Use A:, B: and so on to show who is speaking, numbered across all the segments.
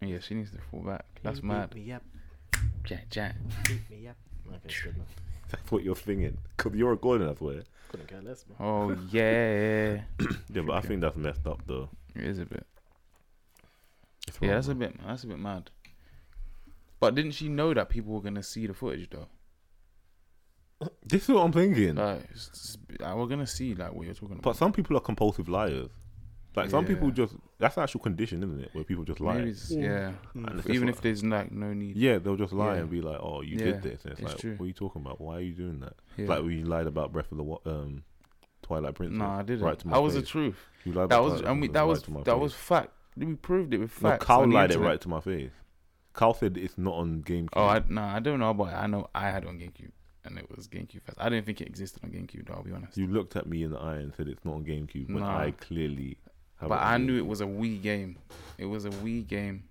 A: Yeah, she needs to fall back. That's
B: You beat
A: mad.
B: Me up,
A: Jack, Jack.
B: beat me up. Okay, it's good enough.
C: That's what you're thinking. Cause you're recording that way.
B: Couldn't care less, man.
A: Oh yeah,
C: Yeah, but I think that's messed up though.
A: it is a bit.
C: It's
A: Yeah,
C: wrong,
A: that's a
C: man.
A: bit. That's a bit mad. But didn't she know that people were gonna see the footage though?
C: This is what I'm thinking.
A: Like, it's, it's, like, we're gonna see like what you're talking
C: but
A: about.
C: some people are compulsive liars. Like some people
A: Yeah.
C: just that's an actual condition, isn't it? Where people just lie.
A: Maybe it's- yeah,
C: And it's just
A: even
C: like-
A: if there's like no need.
C: yeah, they'll just lie
A: Yeah.
C: and be like, "Oh, you
A: Yeah,
C: did this." And it's,
A: it's
C: like,
A: true.
C: "What are you talking about? Why are you doing that?"
A: Yeah.
C: Like when you lied about Breath of the Wa- um, Twilight Princess.
A: nah, I didn't.
C: Right to my
A: that was the
C: face.
A: truth.
C: You lied
A: That
C: about
A: was
C: Twilight
A: and we,
C: Princess
A: that
C: right
A: was
C: to my
A: that
C: face.
A: was fact. We proved it with
C: No,
A: facts.
C: Carl
A: on the
C: lied it
A: internet.
C: right to my face. Carl said it's not on GameCube.
A: Oh, I, nah, I don't know about it. I know I had it on GameCube, and it was GameCube Fest. I didn't think it existed on GameCube. Though, I'll be honest.
C: you looked at me in the eye and said it's not on GameCube, but
A: Nah.
C: I clearly. Have
A: but
C: it
A: I
C: on
A: knew it was a Wii game. It was a Wii game.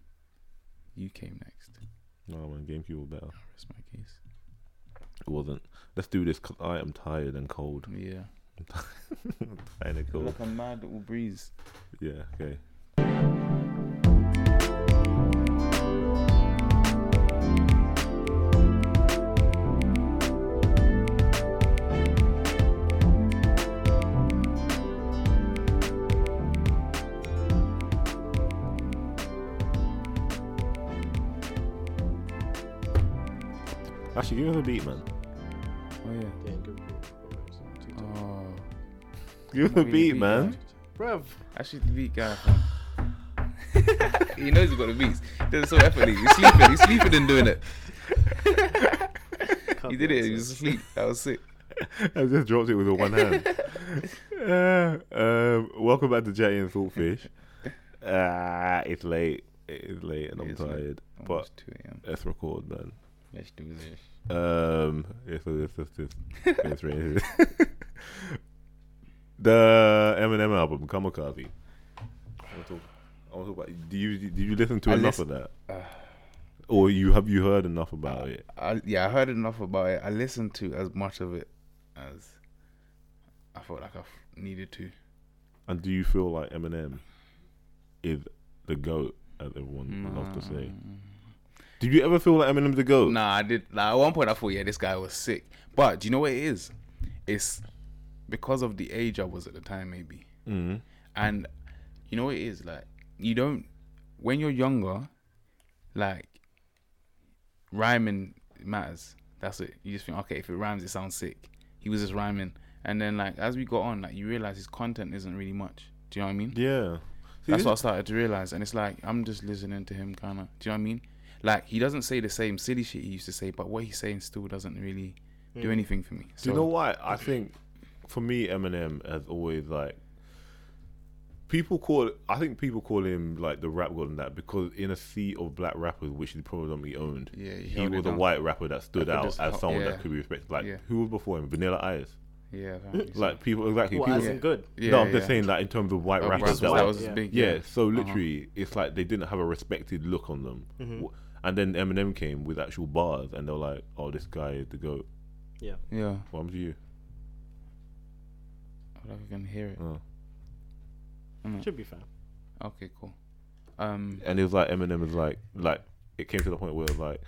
A: You came next.
C: No, Oh, man, GameCube was better.
A: Rest my case.
C: It wasn't. Let's do this 'cause I am tired and cold.
A: Yeah.
C: Tired and cold.
A: Like a mad little breeze.
C: Yeah. Okay. Actually, give us a beat, man.
A: Oh yeah.
B: Yeah, good. good.
A: Oh.
C: Give us a
A: Not really
C: beat,
A: beat,
C: man.
B: Bruv,
A: Actually, the beat guy. fam. he knows he's got the beats. Does it so effortlessly. He's sleeping. He's sleeping and doing it. He did it. He was asleep. That was sick.
C: I just dropped it with a one hand. Uh, um, welcome back to Jetty and Saltfish. Ah, it's late. It is late, and
A: It
C: I'm
A: is late.
C: tired. But
A: Almost 2 a.m.
C: let's record, man.
A: Let's do this.
C: Um, yeah, so this, this, this, this right here. the Eminem album, Kamikaze. I want to talk. I want to talk about. Do you did you listen to
A: I Uh.
C: enough
A: listen-
C: of that? or you have you heard enough about it?
A: I, yeah, I heard enough about it. I listened to as much of it as I felt like I f- needed to.
C: And do you feel like Eminem is the goat, as everyone
A: Mm.
C: loves to say? Did you ever feel like Eminem's the goat?
A: Nah, I did. Like, at one point, I thought, yeah, this guy was sick. But do you know what it is? It's because of the age I was at the time, maybe.
C: Mm.
A: And you know what it is? Like, you don't, when you're younger, like, rhyming matters. That's it. You just think, okay, if it rhymes, it sounds sick. He was just rhyming. And then, like, as we got on, like, you realize his content isn't really much. Do you know what I mean?
C: Yeah. See,
A: That's
C: this-
A: what I started to realize, and it's like I'm just listening to him, kind of. Do you know what I mean? Like he doesn't say the same silly shit he used to say, but what he's saying still doesn't really do anything for me.
C: Mm.
A: So
C: Do you know why? I think for me, Eminem has always like people call. I think people call him like the rap god and that because in a sea of black rappers, which he predominantly owned,
A: Yeah, he
C: he
A: held it
C: was a
A: down.
C: white rapper that stood
A: That could
C: out
A: just
C: as
A: help-
C: someone
A: yeah.
C: that could be respected. Like
A: Yeah.
C: who was before him? Vanilla Ice.
A: Yeah. apparently so.
C: Like people exactly.
B: what
C: people,
B: isn't good?
A: yeah,
C: no, I'm just
A: yeah.
C: saying like in terms of white
A: Like,
C: rappers,
A: rappers,
C: that,
A: that
B: white,
C: was
A: was
B: yeah.
A: big.
C: yeah, so
A: Uh-huh.
C: literally, it's like they didn't have a respected look on them.
B: Mm-hmm.
C: W- And then Eminem came with actual bars, and they're like, "Oh, this guy is the goat."
B: Yeah.
A: Yeah.
C: What happened to you?
A: I don't can hear it.
C: Oh.
B: Should be fine.
A: Okay, cool. Um.
C: And it was like Eminem was like, like it came to the point where it was like,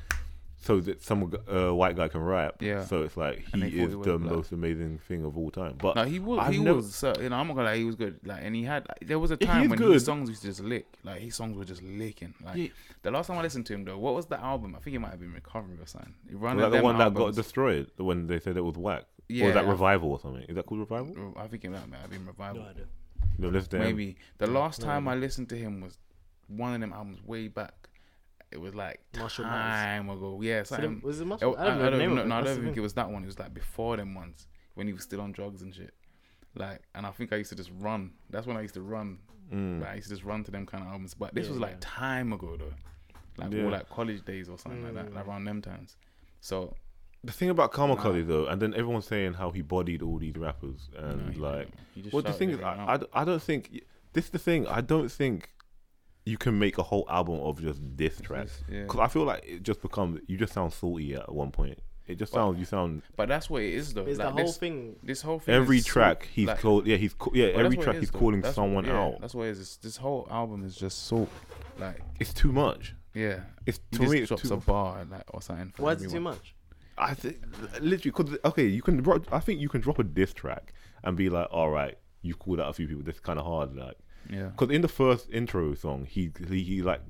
C: so that some g- uh, white guy can rap.
A: Yeah.
C: So it's like
A: And
C: he
A: they thought
C: is
A: he was
C: the
A: black.
C: most amazing thing of all time. But
A: No, he was.
C: I've
A: He
C: never-
A: was. So, you know, I'm not gonna lie. He was good. Like, and he had. Like, there was a
C: He
A: time
C: is
A: when
C: good.
A: his songs used to just lick. Like, his songs were just licking. Like,
C: Yeah.
A: the last time I listened to him though, what was the album? I think it might have been Recovery or something.
C: was
A: Run
C: that the one that got destroyed when they said it was whack? or
A: Yeah,
C: was that
A: I-
C: revival or something? Is that called revival?
A: I think it might have been Revival.
B: No idea.
C: No, let's do it.
A: Maybe the last time I listened to him was one of them albums way back. It was like
B: Marshall Mathers.
A: time ago. Yeah, something.
B: was it
A: I,
B: Marshall?
A: Oh, I
B: I don't know the
A: don't
B: name of
A: know-
B: it,
A: no, I don't
B: that's the
A: think
B: thing.
A: it was that one. It was like before them ones when he was still on drugs and shit. Like, and I think I used to just run. That's when I used to run.
C: Hmm. Mm.
A: Like, I used to just run to them kind of albums. But this
B: Yeah,
A: was like
B: yeah.
A: time ago though, like
C: Yeah.
A: more like college days or something like that,
B: Hmm.
A: like around them times. So
C: The thing about Kamikaze though, and then everyone's saying how he bodied all these rappers and
A: he
C: like,
A: didn't. He just
C: well, the
A: shouted
C: thing is,
A: everyone
C: I, I d- I don't think this is the thing. I don't think you can make a whole album of just diss tracks
A: yeah.
C: because I feel like it just becomes you just sound salty at one point. It just sounds you sound
A: but that's what it is though.
B: Is
A: like,
B: the whole
A: this,
B: thing?
A: This whole thing.
C: every
A: is so-
C: track he's
A: like,
C: called yeah he's ca- yeah
A: But
C: every
A: that's what it
C: track
A: is,
C: he's
A: though.
C: calling
A: That's-
C: someone
A: yeah,
C: out.
A: That's what it is. It's- This whole album is just salt. Like,
C: It's too much.
A: yeah,
C: It's
A: he
C: to me.
A: just
C: It's
A: drops
C: too
A: a bar like or something. for
B: Why is it too
A: everyone.
B: much?
C: I think literally because okay, you can. dro- I think you can drop a diss track and be like, all right, you called out a few people. This is kind of hard, like
A: Yeah,
C: because in the first intro song, he he, he like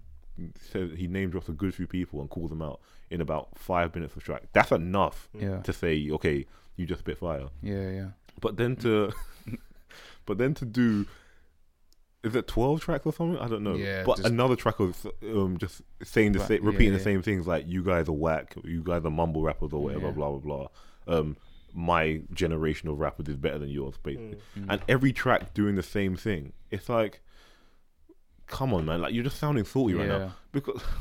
C: says he name drops a good few people and calls them out in about five minutes of track. That's enough
A: yeah,
C: to say, okay, you just spit fire.
A: yeah, yeah.
C: But then to, but then to do, is it twelve tracks or something? I don't know.
A: Yeah,
C: but
A: just-
C: another track of um just saying the
A: Right,
C: same, repeating
A: yeah,
C: the
A: yeah.
C: same things like you guys are whack, you guys are mumble rappers or whatever,
A: Yeah.
C: blah blah blah. Um, my generation of rappers is better than yours, basically.
B: Mm.
C: And every track doing the same thing. It's like, come on, man! Like you're just sounding salty right now
A: Yeah.
C: because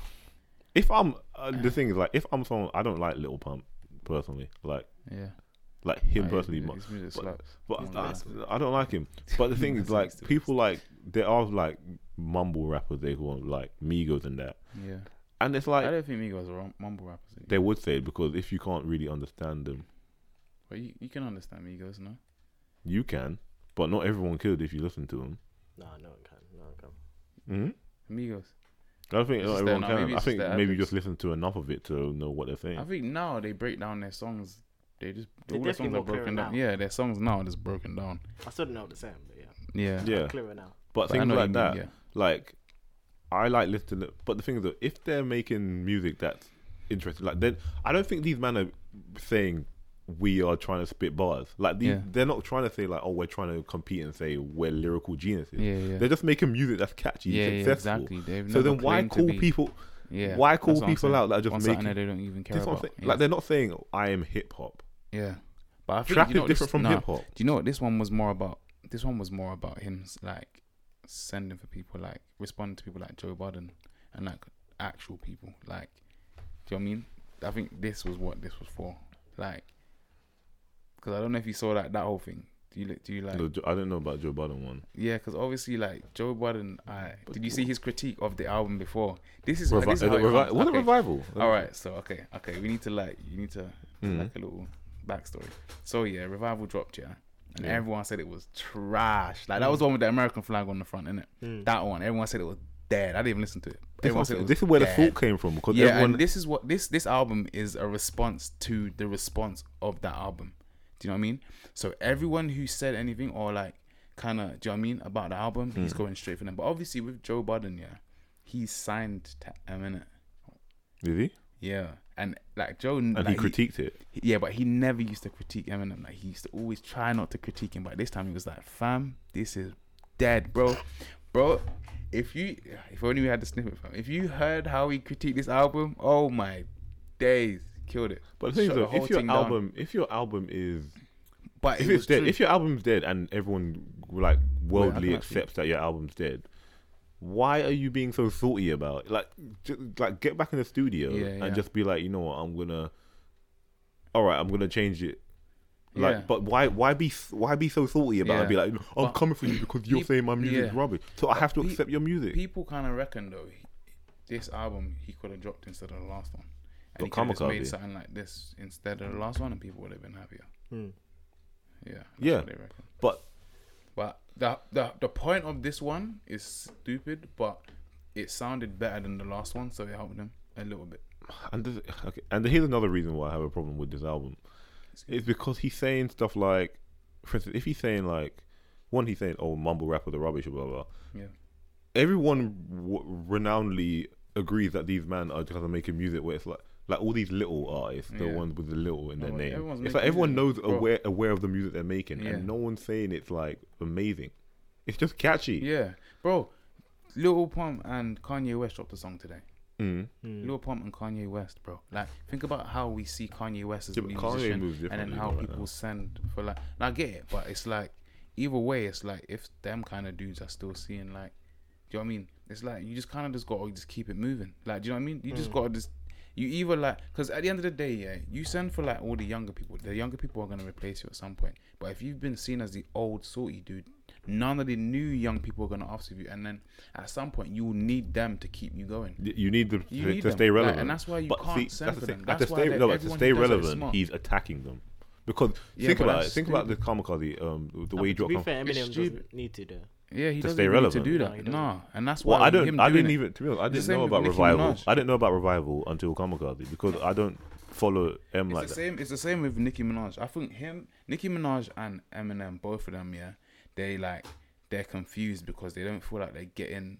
C: if I'm uh, the thing is like if I'm someone I don't like Little Pump personally, like
A: Yeah,
C: like him
A: Like,
C: personally.
A: his-
C: mu-
A: his music
C: but-
A: slaps.
C: but
A: Yeah,
C: I,
A: that's-
C: I don't like him. But the thing is,
A: That's
C: like
A: next to
C: people like there are like mumble rappers they want like Migos and that,
A: yeah.
C: and it's
A: I
C: like
A: don't think Migos are rum- mumble rappers.
C: they would say it because if you can't really understand them,
A: But you, you can understand Migos, no?
C: you can, but not everyone could if you listen to them.
B: Nah, no one can. No one can.
C: Mm-hmm.
A: Migos.
C: I don't think
A: It's
C: not
A: just their-
C: everyone can.
A: no, maybe
C: I
A: it's just
C: think
A: their
C: maybe you
A: habits.
C: just listen to enough of it to know what they're
A: I
C: saying.
A: think now they break down their songs. They just
B: They're
A: all their songs
B: definitely
A: are
B: more clearer
A: broken down.
B: now.
A: Yeah, their songs now are just broken down.
B: I still don't know what to say, but yeah,
A: Yeah,
C: Yeah,
B: clearer now.
C: but
A: But I
C: things
A: know what
C: like
A: you
C: that.
A: mean,
C: like I like listening. To, but the thing is, though, if they're making music that's interesting, like then I don't think these men are saying we are trying to spit bars. Like these,
A: Yeah.
C: they're not trying to say like, oh, we're trying to compete and say we're lyrical geniuses.
A: Yeah, yeah.
C: They're just making music that's catchy,
A: Yeah, yeah,
C: and successful.
A: exactly. They've
C: So
A: never
C: then why
A: claimed to
C: call
A: be-
C: people?
A: yeah.
C: why
A: that's
C: call
A: what I'm
C: people
A: saying.
C: out that are just
A: On something
C: making-
A: that they don't even care
C: This is what I'm
A: about?
C: saying.
A: Yeah.
C: Like they're not saying I am hip hop.
A: yeah. But I think
C: Trap
A: you know
C: is
A: what
C: different
A: this-
C: from
A: nah.
C: hip hop.
A: Do you know what this one was more about? This one was more about him s- like sending for people, like responding to people like Joe Budden and like actual people. Like, do you know what I mean? I think this was what this was for. Like, because I don't know if you saw that that whole thing. Do you li- do you like?
C: No, Jo- I don't know about Joe Budden one.
A: Yeah, because obviously, like Joe Budden, I did you see his critique of the album before? This is,
C: Revi-
A: this is how
C: uh, revi-
A: it comes.
C: was it
A: Okay.
C: revival?
A: All right, so okay, okay, we need to like you need to
C: Mhm.
A: like a little backstory. So yeah, revival dropped yeah, and
C: Yeah. Hmm.
A: everyone said it was trash. Like that was the one with the American flag on the front, innit?
B: Mm.
A: That one, everyone said it was dead. I didn't even listen to it.
C: This,
A: Everyone
C: is-
A: said it was
C: this is where
A: dead.
C: the thought came from because
A: Yeah,
C: everyone
A: and this is what this this album is a response to the response of that album. Do you know what I mean? So everyone who said anything or like kind of do you know what I mean about the album, he's
C: Hmm.
A: going straight for them. But obviously with Joe Budden, yeah, he's signed to Eminem.
C: did he
A: Yeah, and like Joe,
C: and he critiqued it.
A: yeah, but he never used to critique Eminem. Like he used to always try not to critique him. But this time he was like, "Fam, this is dead, bro, bro. If you, if only we had the snippet, fam. If you heard how he critiqued this album, oh my days, killed it.
C: But the thing
A: Shut
C: is, though,
A: whole
C: if your
A: thing down.
C: album, if your album is,
A: but
C: if
A: it
C: it's
A: was
C: dead,
A: true.
C: if your album's dead, and everyone like worldly
A: can't see.
C: accepts that your album's dead, why are you being so salty about it? Like, just, like get back in the studio
A: Yeah,
C: and
A: yeah.
C: just be like, you know what, I'm gonna, all right, I'm gonna change it. Like,
A: Yeah.
C: but why, why be, why be so salty about it? And be
A: Yeah.
C: like, I'm coming for you because you're
A: peop-
C: saying my music's
A: yeah.
C: rubbish, so I have to
A: pe-
C: accept your music.
A: people kind of reckon though, he, this album he could have dropped instead of the last one, and he
C: Got
A: could have made
C: Kamikaze.
A: something like this instead of the last one, and people would have been happier.
B: Mm.
A: Yeah, that's
C: Hmm. Yeah.
A: what they reckon.
C: but
A: But the the the point of this one is stupid, but it sounded better than the last one, so it helped them a little bit.
C: And this, okay, and here's another reason why I have a problem with this album. It's because he's saying stuff like, for instance, if he's saying like, one, he's saying, "Oh, mumble rap the rubbish," blah blah. blah.
A: Yeah,
C: Everyone w- renownedly agrees that these men are just making music where it's like, like all these little artists, the
A: Yeah.
C: ones with the little in their
A: Oh,
C: name.
A: everyone's
C: It's
A: making
C: like everyone knows
A: music, bro.
C: aware aware of the music they're making,
A: Yeah.
C: and no one's saying it's like amazing. It's just catchy.
A: yeah, bro. Lil Pump and Kanye West dropped a song today.
C: Mm.
A: Lil Pump and Kanye West, bro. Like, think about how we see Kanye West as
C: Yeah,
A: a
C: but Kanye
A: musician,
C: moves
A: and then
C: differently
A: how
C: right
A: people
C: now.
A: send for like. And I get it, but it's like, either way, it's like if them kind of dudes are still seeing like, do you know what I mean? It's like you just kind of just got to just keep it moving. Like, do you know what I mean? You just got to just. You either like, because at the end of the day, yeah, you send for like all the younger people. The younger people are gonna replace you at some point. But if you've been seen as the old salty dude, none of the new young people are gonna ask of you. And then at some point, you will need them to keep you going.
C: Y- You need them
A: You
C: to,
A: need
C: to
A: them.
C: stay
A: Like,
C: relevant,
A: and that's why you can't send
C: that's
A: for
C: the thing.
A: them.
C: Like,
A: That's
C: to
A: why
C: stay,
A: that
C: no, but to
A: everyone
C: stay
A: who does it is
C: relevant,
A: smart.
C: he's attacking them because
A: Yeah,
C: think
A: but
C: about it.
A: that's
C: Think about the kamikaze, um, the way he
B: to
C: dropped.
B: be
C: Kam-
B: fair,
A: It's
B: Eminem
A: stupid.
B: doesn't need to do.
A: Yeah, he
C: to
A: doesn't
C: stay
A: need
C: relevant.
A: to do
B: No, he
A: that.
B: doesn't.
A: nah, and that's why
C: Well, I
A: him
C: don't. I
A: doing
C: didn't
A: it-
C: even. To be honest, I
A: It's the
C: didn't
A: same
C: know
A: with
C: about
A: Nicki
C: revival.
A: Minaj.
C: I didn't know about revival until Kamikaze because I don't follow M
A: It's
C: like
A: the
C: that.
A: same. It's the same with Nicki Minaj. I think him, Nicki Minaj, and Eminem, both of them, yeah, they like they're confused because they don't feel like they're getting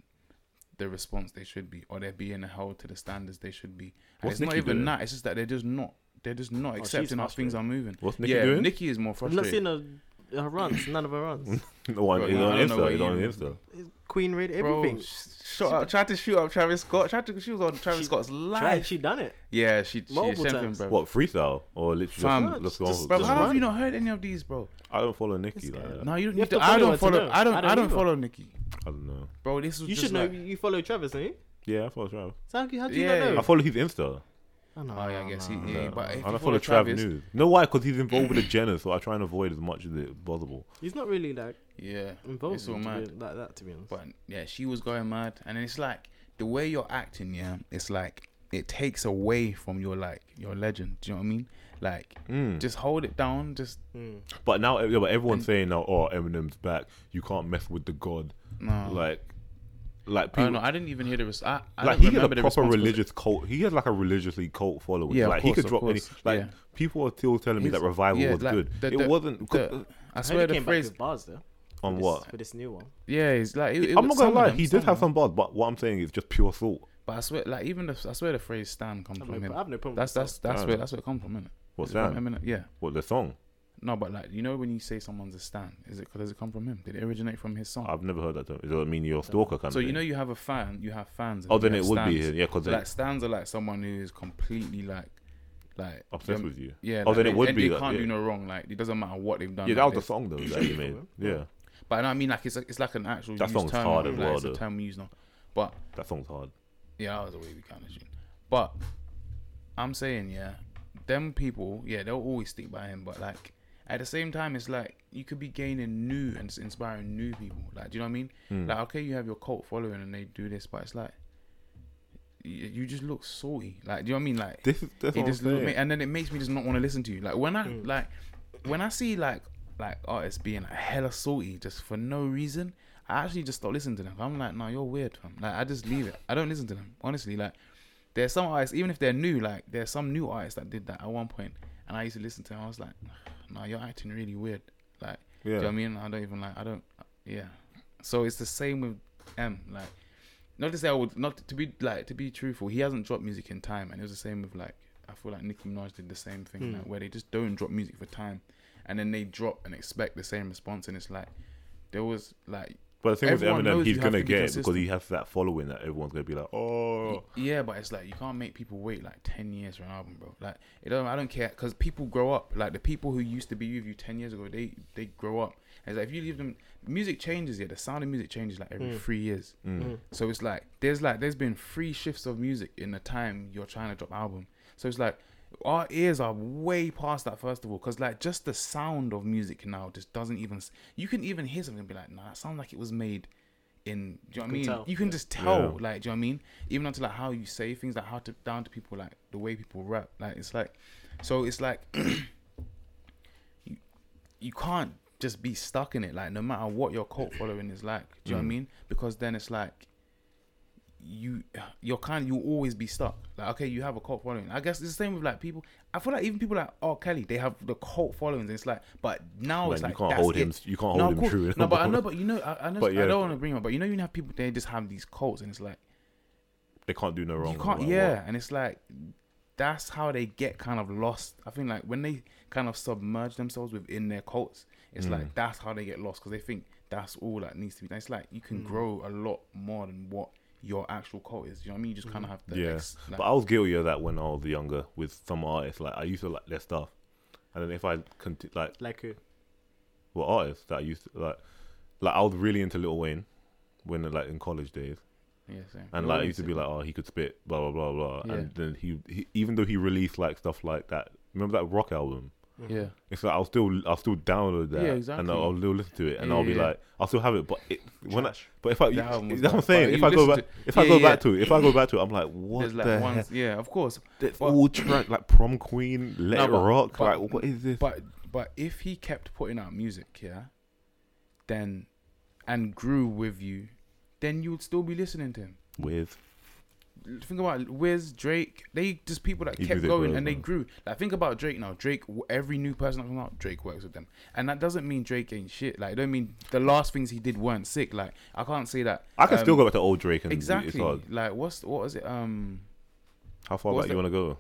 A: the response they should be, or they're being held to the standards they should be. And
C: What's
A: it's not
C: Nicki
A: even
C: doing?
A: that. It's just that they're just not. They're just not
B: Oh, she's
A: accepting how things
B: frustrated.
A: are moving.
C: What's Nicki
A: yeah,
C: doing?
A: Nicki is more
B: I've not
A: frustrated.
B: seen her, her runs. None of her runs.
C: No one
A: Bro,
C: is on
A: I don't know
C: Insta.
A: what
C: It's on
A: you-
C: Insta.
B: Queen read
A: Bro,
B: everything.
A: sh- shut up! Tried to shoot up Travis Scott. Tried to. She was on Travis
B: She
A: Scott's
B: Tried,
A: live.
B: she done it.
A: Yeah, she. she
B: Multiple
A: sent him,
B: times.
A: bro.
C: What freestyle or literally? just-
A: Fam,
C: Just,
B: just-
C: go
B: just-
C: for it.
A: Bro,
C: Just
A: how
C: run.
A: have you not heard any of these, bro?
C: I don't follow Nicki like that.
A: No, you don't
B: You
A: need
B: have
A: to.
B: to
A: I
B: follow
A: don't
B: her to
A: follow.
B: know.
A: I don't.
B: I
A: I
B: don't
A: don't,
B: either.
A: follow Nicki,
C: I don't know.
A: bro. This was
B: You
A: just
B: should know.
A: like-
B: You follow Travis, don't you?
C: Yeah, I follow Trav.
B: So how, how do you
A: Yeah.
B: not know?
C: I follow his Insta.
B: Oh, no,
A: Oh, yeah, I guess he-
B: no.
A: yeah,
C: No,
A: but if
C: I
A: you
C: don't
A: follow
C: follow
A: Travis-
C: Trav News. No, why? Because he's involved with the Jenner, so I try and avoid as much as it possible.
B: He's not really like
A: Yeah,
B: involved
A: It's all
B: to be
A: mad.
B: like that, to be honest.
A: but yeah, she was going mad, and then it's like the way you're acting. Yeah, it's like it takes away from your like your legend. Do you know what I mean? Like,
C: Mm.
A: just hold it down. Just
B: Mm.
C: But now, yeah, but everyone's saying now, oh, Eminem's back. You can't mess with the god.
A: no.
C: Like, like
A: I don't
C: people.
A: know. I didn't even hear the. Res- I, I
C: like
A: don't
C: he has a
A: remember the
C: proper
A: response, 'cause
C: religious cult. He has like a religiously cult following.
A: Yeah, of
C: like
A: course,
C: he could
A: of
C: drop any.
A: course,
C: Like
A: yeah.
C: people are still telling me
A: He's-
C: that revival
A: yeah,
C: was
A: like,
C: good.
A: the-
C: it
A: the-
C: wasn't
A: the-
C: co-
A: I
B: I
A: swear
B: heard he
A: the
B: came
A: phrase.
B: back with bars though.
C: on
B: for
C: what.
B: This, for this new one.
A: Yeah, it's like it,
C: I'm
A: it was-
C: not
A: some
C: gonna
A: of
C: lie,
A: them-
C: he did
A: of
C: have
A: them.
C: some bars, but what I'm saying is just pure thought.
A: But I swear, like even the I swear the phrase "Stan" comes
B: I've
A: from
B: no,
A: him.
B: I have no problem.
A: That's
B: with
A: that's that's
C: Stan.
A: where that's where it comes from, innit?
C: What's
A: Is it from
C: that?
A: Eminem? Yeah.
C: What the song?
A: No, but like you know when you say someone's a stan, is it does it come from him? Did it originate from his song?
C: I've never heard that term. Does that mean you're a stalker kind
A: so
C: of
A: you
C: thing?
A: know you have a fan, you have fans. and
C: oh,
A: you
C: then
A: have
C: it would be
A: stans.
C: yeah, because
A: So,
C: they're
A: like stans are like someone who is completely like, like
C: obsessed
A: them-
C: with you.
A: um, Yeah.
C: Oh,
A: like,
C: then it
A: they-
C: would
A: and
C: be
A: They
C: that,
A: can't
C: yeah.
A: do no wrong. Like it doesn't matter what they've done.
C: Yeah, that
A: like,
C: was the
A: they-
C: song though that you made. Yeah,
A: But no, I mean like it's like, it's like an actual
C: That
A: used
C: song's
A: term,
C: hard
A: like,
C: as
A: like,
C: well,
A: It's a
C: though.
A: term we use now. But
C: that song's hard.
A: yeah, that was a wavy kind of tune. But I'm saying, yeah, them people, yeah, they'll always stick by him. But like at the same time, it's like you could be gaining new and s- inspiring new people. Like, do you know what I mean?
C: Mm.
A: Like, okay, you have your cult following and they do this, but it's like you, you just look salty. Like, do you know what I mean? Like,
C: This is that's
A: it
C: what I'm
A: just look, ma-
C: saying.
A: and then it makes me just not want to listen to you. Like when I
B: Mm.
A: like when I see like like artists being like hella salty just for no reason, I actually just stop listening to them. I'm like, no, you're weird, fam. Like I just leave it. I don't listen to them. Honestly, like there's some artists, even if they're new, like there's some new artists that did that at one point, and I used to listen to them. I was like, no, you're acting really weird. Like, do you know what I
C: Yeah,
A: mean? I don't even like. I don't. Yeah. So it's the same with M. Like, not to say I would not to be like to be truthful. He hasn't dropped music in time, and it was the same with like I feel like Nicki Minaj did the same thing,
B: Hmm.
A: like, where they just don't drop music for time, and then they drop and expect the same response, and it's like there was like
C: but the thing with
A: everyone
C: Eminem,
A: knows
C: he's
A: you have
C: gonna
A: to be
C: get it
A: consistent.
C: because he has that following that everyone's gonna be like, oh,
A: yeah, but it's like you can't make people wait like ten years for an album, bro. Like it don't I don't care because people grow up. Like the people who used to be with you ten years ago, they they grow up. And it's like if you leave them, music changes. Yeah, the sound of music changes like every
B: Hmm.
A: three years.
C: Mm.
A: So it's like there's like there's been three shifts of music in the time you're trying to drop album. So it's like our ears are way past that first of all, because like just the sound of music now just doesn't even. s- You can even hear something and be like, nah, that sounds like it was made in. Do you know what I
B: can
A: mean?
B: tell,
A: You can
B: yeah.
A: just tell,
C: Yeah.
A: like, do you know what I mean? Even unto like how you say things, like how to down to people, like the way people rap, like it's like, so it's like, you, you can't just be stuck in it, like no matter what your cult following is like, do you know what I
C: Mm.
A: mean? Because then it's like, you you're kind you'll always be stuck. Like, okay, you have a cult following. I guess it's the same with like people. I feel like even people like oh Kelly, they have the cult followings. And it's like, but now
C: Man,
A: it's like
C: you can't
A: that's
C: hold
A: it.
C: him. You can't
A: No,
C: hold
A: of
C: him
A: course.
C: true.
A: no, but I know, but you know, I, I know,
C: But
A: I
C: yeah.
A: don't want to bring up, but you know, you have people they just have these cults, and it's like
C: they can't do no wrong.
A: you
C: no
A: can't,
C: matter
A: yeah,
C: what.
A: and it's like that's how they get kind of lost. I think like when they kind of submerge themselves within their cults, it's like
C: Mm.
A: that's how they get lost because they think that's all that needs to be. done. It's like you can
B: Mm.
A: grow a lot more than what your actual cult is. You know what I mean? You just kind of have to.
C: Mm. Yeah.
A: ex- like-
C: But I was guilty of that when I was younger with some artists. Like I used to like their stuff, and then if I conti- like
B: Like uh, who?
C: what artists that I used to like, like I was really into Lil Wayne when like in college days,
A: Yeah, same.
C: and
A: You
C: like I
A: always
C: used to
A: say
C: be
A: that.
C: like, oh, he could spit, blah blah blah blah,
A: Yeah.
C: and then he, he even though he released like stuff like that. Remember that rock album?
A: yeah,
C: It's like I'll still I'll still download that
A: Yeah,
C: and
A: exactly.
C: I'll, I'll still listen to it and
A: Yeah,
C: I'll be
A: yeah.
C: like I'll still have it but it, when I but if I
A: That album was
C: that's what I'm
A: bad, but
C: saying if
A: you
C: I go back
A: listen to-
C: if
A: yeah,
C: I go
A: yeah.
C: back to it if I go back to it I'm like what
A: there's
C: the
A: like
C: heck?
A: ones, yeah, of course.
C: That's
A: But-
C: all track like prom queen, let
A: No,
C: it
A: but-
C: rock.
A: but-
C: like, what is this?
A: But but if he kept putting out music, yeah, then and grew with you, then you would still be listening to him.
C: With
A: Think about it, Wiz, Drake. They just people that
C: He grew
A: kept
C: their
A: going
C: growth,
A: and they
C: man.
A: grew. Like think about Drake now. Drake, w- every new person that comes out, Drake works with them, and that doesn't mean Drake ain't shit. Like, I don't mean the last things he did weren't sick. Like, I can't say that.
C: I can
A: Um,
C: still go back to old Drake and It's
A: Exactly.
C: hard.
A: Like, what's what was it? Um,
C: How far
A: What's
C: back you want to go?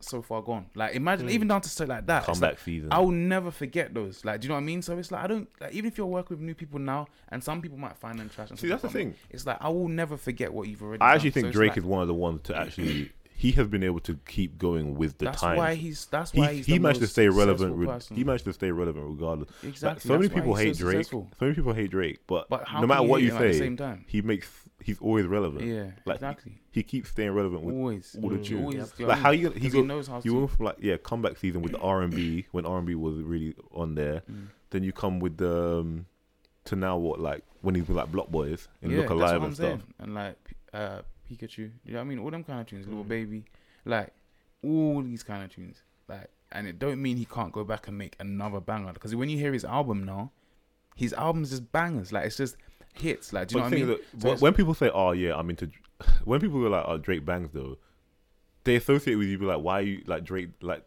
A: so far gone. Like,
C: Mm.
A: imagine even down to stuff like that. It's like,
C: Comeback season.
A: I will never forget those. Like, do you know what I mean? So it's like I don't like even if you're working with new people now, and some people might find them trash. And
C: See,
A: some
C: that's the
A: people might-
C: thing.
A: It's like I will never forget what you've already.
C: I actually
A: done. So
C: think
A: it's
C: Drake
A: like,
C: is one of the ones to actually. He has been able to keep going with the
A: That's
C: time.
A: why he's. That's
C: he,
A: why he's.
C: he
A: the
C: managed to
A: most
C: stay relevant.
A: successful
C: re-
A: person.
C: he managed to stay relevant regardless. Like,
A: Exactly,
C: so many
A: that's why
C: people
A: he's
C: hate
A: so
C: Drake.
A: successful.
C: So many people hate Drake, but,
A: But how
C: no
A: can
C: matter
A: you
C: what
A: hate
C: you
A: him at the
C: say,
A: same time?
C: he makes he's always relevant.
A: Yeah,
C: like,
A: exactly.
C: He keeps staying relevant with
A: Always.
C: all the
A: Mm.
C: tunes.
A: Always, do
B: Yep.
A: you know
C: Like
A: what I
C: how
A: mean?
C: you he
A: 'Cause
C: got
A: knows how
C: you
A: to.
C: went from like yeah comeback season with the R and B when R and B was really on there.
A: Mm.
C: Then you come with the um, to now what like when he's with like Block Boys and
A: yeah,
C: Look
A: that's what
C: Alive
A: I'm
C: and stuff.
A: saying. And like P- uh, Pikachu, you know what I mean? All them kind of tunes, Little
C: Mm.
A: Baby, like all these kind of tunes. Like, and it don't mean he can't go back and make another banger. Because when you hear his album now, his album's just bangers. Like it's just hits. Like, do you
C: But the
A: know what I mean?
C: thing is that
A: So
C: when-
A: it's-
C: when people say, "Oh yeah, I'm into," Dr-" when people go like, "Oh Drake bangs," though, they associate with you. Be like, "Why you like Drake?" Like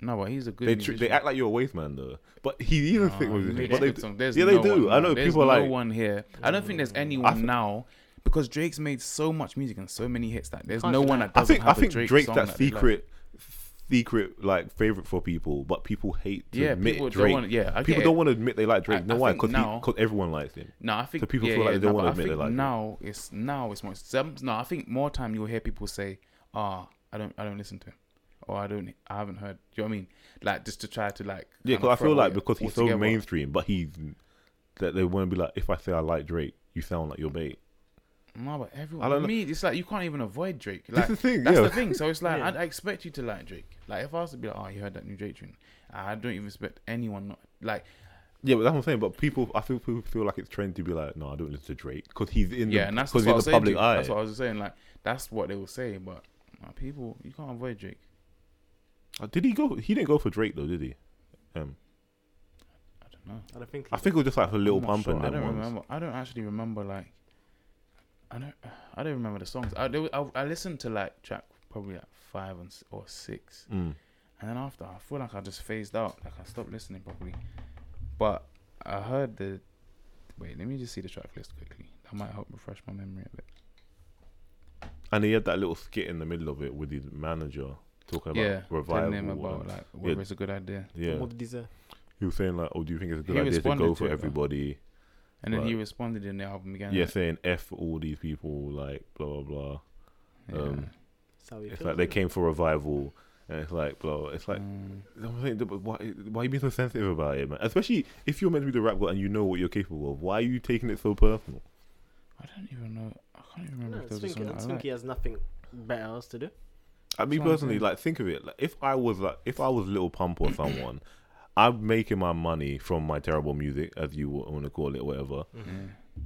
A: no, but he's a good.
C: they tr- they
A: musician.
C: act like you're a waste man though. But he even
A: Nah,
C: think
A: he
C: was
A: makes
C: but they,
A: good songs. There's
C: yeah they
A: no
C: do.
A: one-
C: I know
A: there's
C: people are
A: no
C: like Mm.
A: one here. I don't think there's anyone
C: th-
A: now because Drake's made so much music and so many hits that there's
B: Can't
A: no
B: deny
A: one
B: it.
A: that
C: I
A: doesn't
C: think I
A: have
C: think
A: a Drake
C: Drake's
A: song
C: that
A: they like.
C: secret secret like favorite for people, but people hate to
A: Yeah,
C: admit
A: people don't
C: Drake.
A: wanna- yeah, I
C: people
A: get
C: don't
A: it.
C: want to admit they like Drake.
A: I-
C: no,
A: I
C: why?
A: think
C: Because
A: now-
C: because everyone likes him.
A: No, I think
C: So people
A: yeah,
C: feel like
A: yeah,
C: they don't
A: no,
C: wanna
A: but I
C: admit they
A: think
C: like it.
A: now it's now it's more some, no, I think more time you'll hear people say, "Ah, I don't I don't listen to him." Or I don't I haven't heard. Do you know what I mean? Like just to try to like
C: Yeah,
A: kind of
C: because I
A: throw
C: feel like
A: it
C: because he's so
A: altogether.
C: mainstream, but he's that they want to be like, if I say I like Drake, you sound like your bait.
A: No, but everyone
C: I
A: I
C: don't know.
A: me, it's like you can't even avoid Drake.
C: That's
A: Like
C: the thing,
A: That's
C: yeah.
A: the thing. So it's like
B: Yeah.
A: I'd, I expect you to like Drake. Like if I was to be like, "Oh, you heard that new Drake tune?" I don't even expect anyone not like
C: Yeah, but that's what I'm saying. But people, I feel people feel like it's trendy to be like, no, I don't listen to Drake because he's in
A: yeah,
C: the,
A: and that's
C: cause
A: what
C: he's
A: I
C: in
A: was
C: the
A: saying. to
C: public
A: you.
C: eye.
A: That's what I was just saying. Like that's what they will say, but uh, people, you can't avoid Drake.
C: Uh, Did he go? He didn't go for Drake though, did he? Um,
A: I don't know.
B: I don't think.
C: I think it was just like for Little
A: I'm not
C: Pump
A: sure.
C: and
A: I
C: them
A: don't
C: ones.
A: remember. I don't actually remember like. I don't. I don't remember the songs. I do, I, I listened to like track probably like five and, s- or six,
C: Mm.
A: and then after I feel like I just phased out. Like I stopped listening properly. But I heard the. Wait, let me just see the track list quickly. That might help refresh my memory a bit.
C: And he had that little skit in the middle of it with his manager talking about
A: yeah,
C: revival.
A: telling him
C: or-
A: about like whether it's a good idea,
C: yeah,
B: What did he say?
C: he was saying like, "Oh, do you think it's a good
A: He
C: idea to
A: responded
C: go
A: to
C: for
A: it, though.
C: everybody?"
A: and then he
C: Right.
A: responded in the album again.
C: Yeah,
A: like,
C: saying "f all these people," like blah blah blah.
A: yeah.
C: um,
B: That's how he
C: It's
B: feels,
C: like they
B: isn't it?
C: came for revival, and it's like blah. It's like
A: Mm.
C: I'm saying, but why, why are you being so sensitive about it, man? Especially if you're meant to be the rap god and you know what you're capable of. Why are you taking it so personal?
A: I don't even know. I can't even remember
B: No, I
A: if there was a
B: think,
A: song
B: I
A: that I
B: think
A: liked.
B: he has nothing better else to do.
C: I mean,
A: That's what I'm
C: personally,
A: saying.
C: like think of it. Like if I was like if I was Little Pump or someone, I'm making my money from my terrible music, as you want to call it, or whatever.
A: Yeah.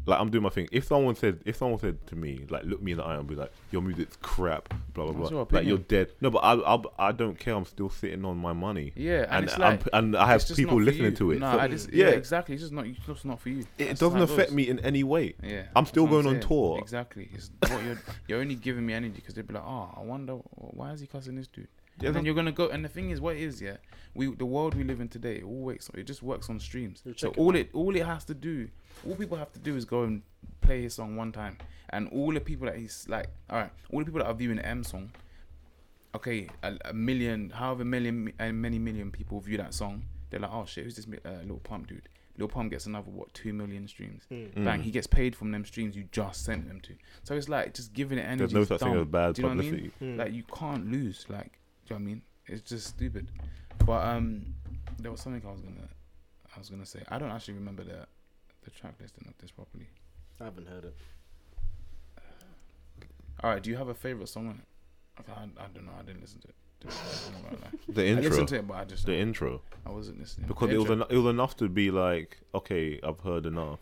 C: Like I'm doing my thing. If someone said, if someone said to me, like look me in the eye and be like, your music's crap, blah blah
A: That's
C: blah,
A: your
C: like you're
A: opinion.
C: dead. No, but I, I I don't care. I'm still sitting on my money.
A: Yeah, and,
C: and
A: it's
C: I'm
A: like,
C: p- and I have
A: it's just
C: people
A: not for
C: listening
A: you.
C: to it.
A: No,
C: so
A: I just, yeah,
C: yeah.
A: exactly. It's just not, it's just not for you.
C: it
A: That's
C: doesn't
A: how
C: affect
A: goes.
C: me in any way.
A: Yeah,
C: I'm
A: that's
C: still
A: what
C: going on
A: saying.
C: tour.
A: Exactly. It's what you're, you're only giving me energy because they'd be like, oh, I wonder why is he cussing this dude.
C: Yeah,
A: and then
C: that-
A: you're gonna go. And the thing is, what it is yeah, we the world we live in today, it all works. It just works on streams.
B: You're
A: So
B: checking
A: all it all it has to do, all people have to do is go and play his song one time, and all the people that he's like, all right, all the people that are viewing the M song, okay, a, a million, however million, and many million people view that song. They're like, oh shit, who's this mi- uh, little pump dude? Lil Pump gets another what two million streams.
C: Hmm.
A: Bang, he gets paid from them streams you just sent them to. So it's like just giving it
C: There's
A: energy.
C: no
A: is
C: such thing
A: dumb.
C: as bad
A: Do you know what I mean?
C: publicity.
A: Like you can't lose. Like do you know what I mean? It's just stupid. But um, there was something I was gonna, I was gonna say. I don't actually remember the, the track listing of this properly.
B: I haven't heard it.
A: All right, do you have a favorite song on it? Okay, I, I don't know. I didn't listen to it. to be honest, I'm not gonna lie.
C: The
A: I
C: intro,
A: listened to it, but I just
C: the intro,
A: I wasn't listening.
C: because
A: The
C: it was
A: intro-
C: en- it was enough to be like, okay, I've heard enough.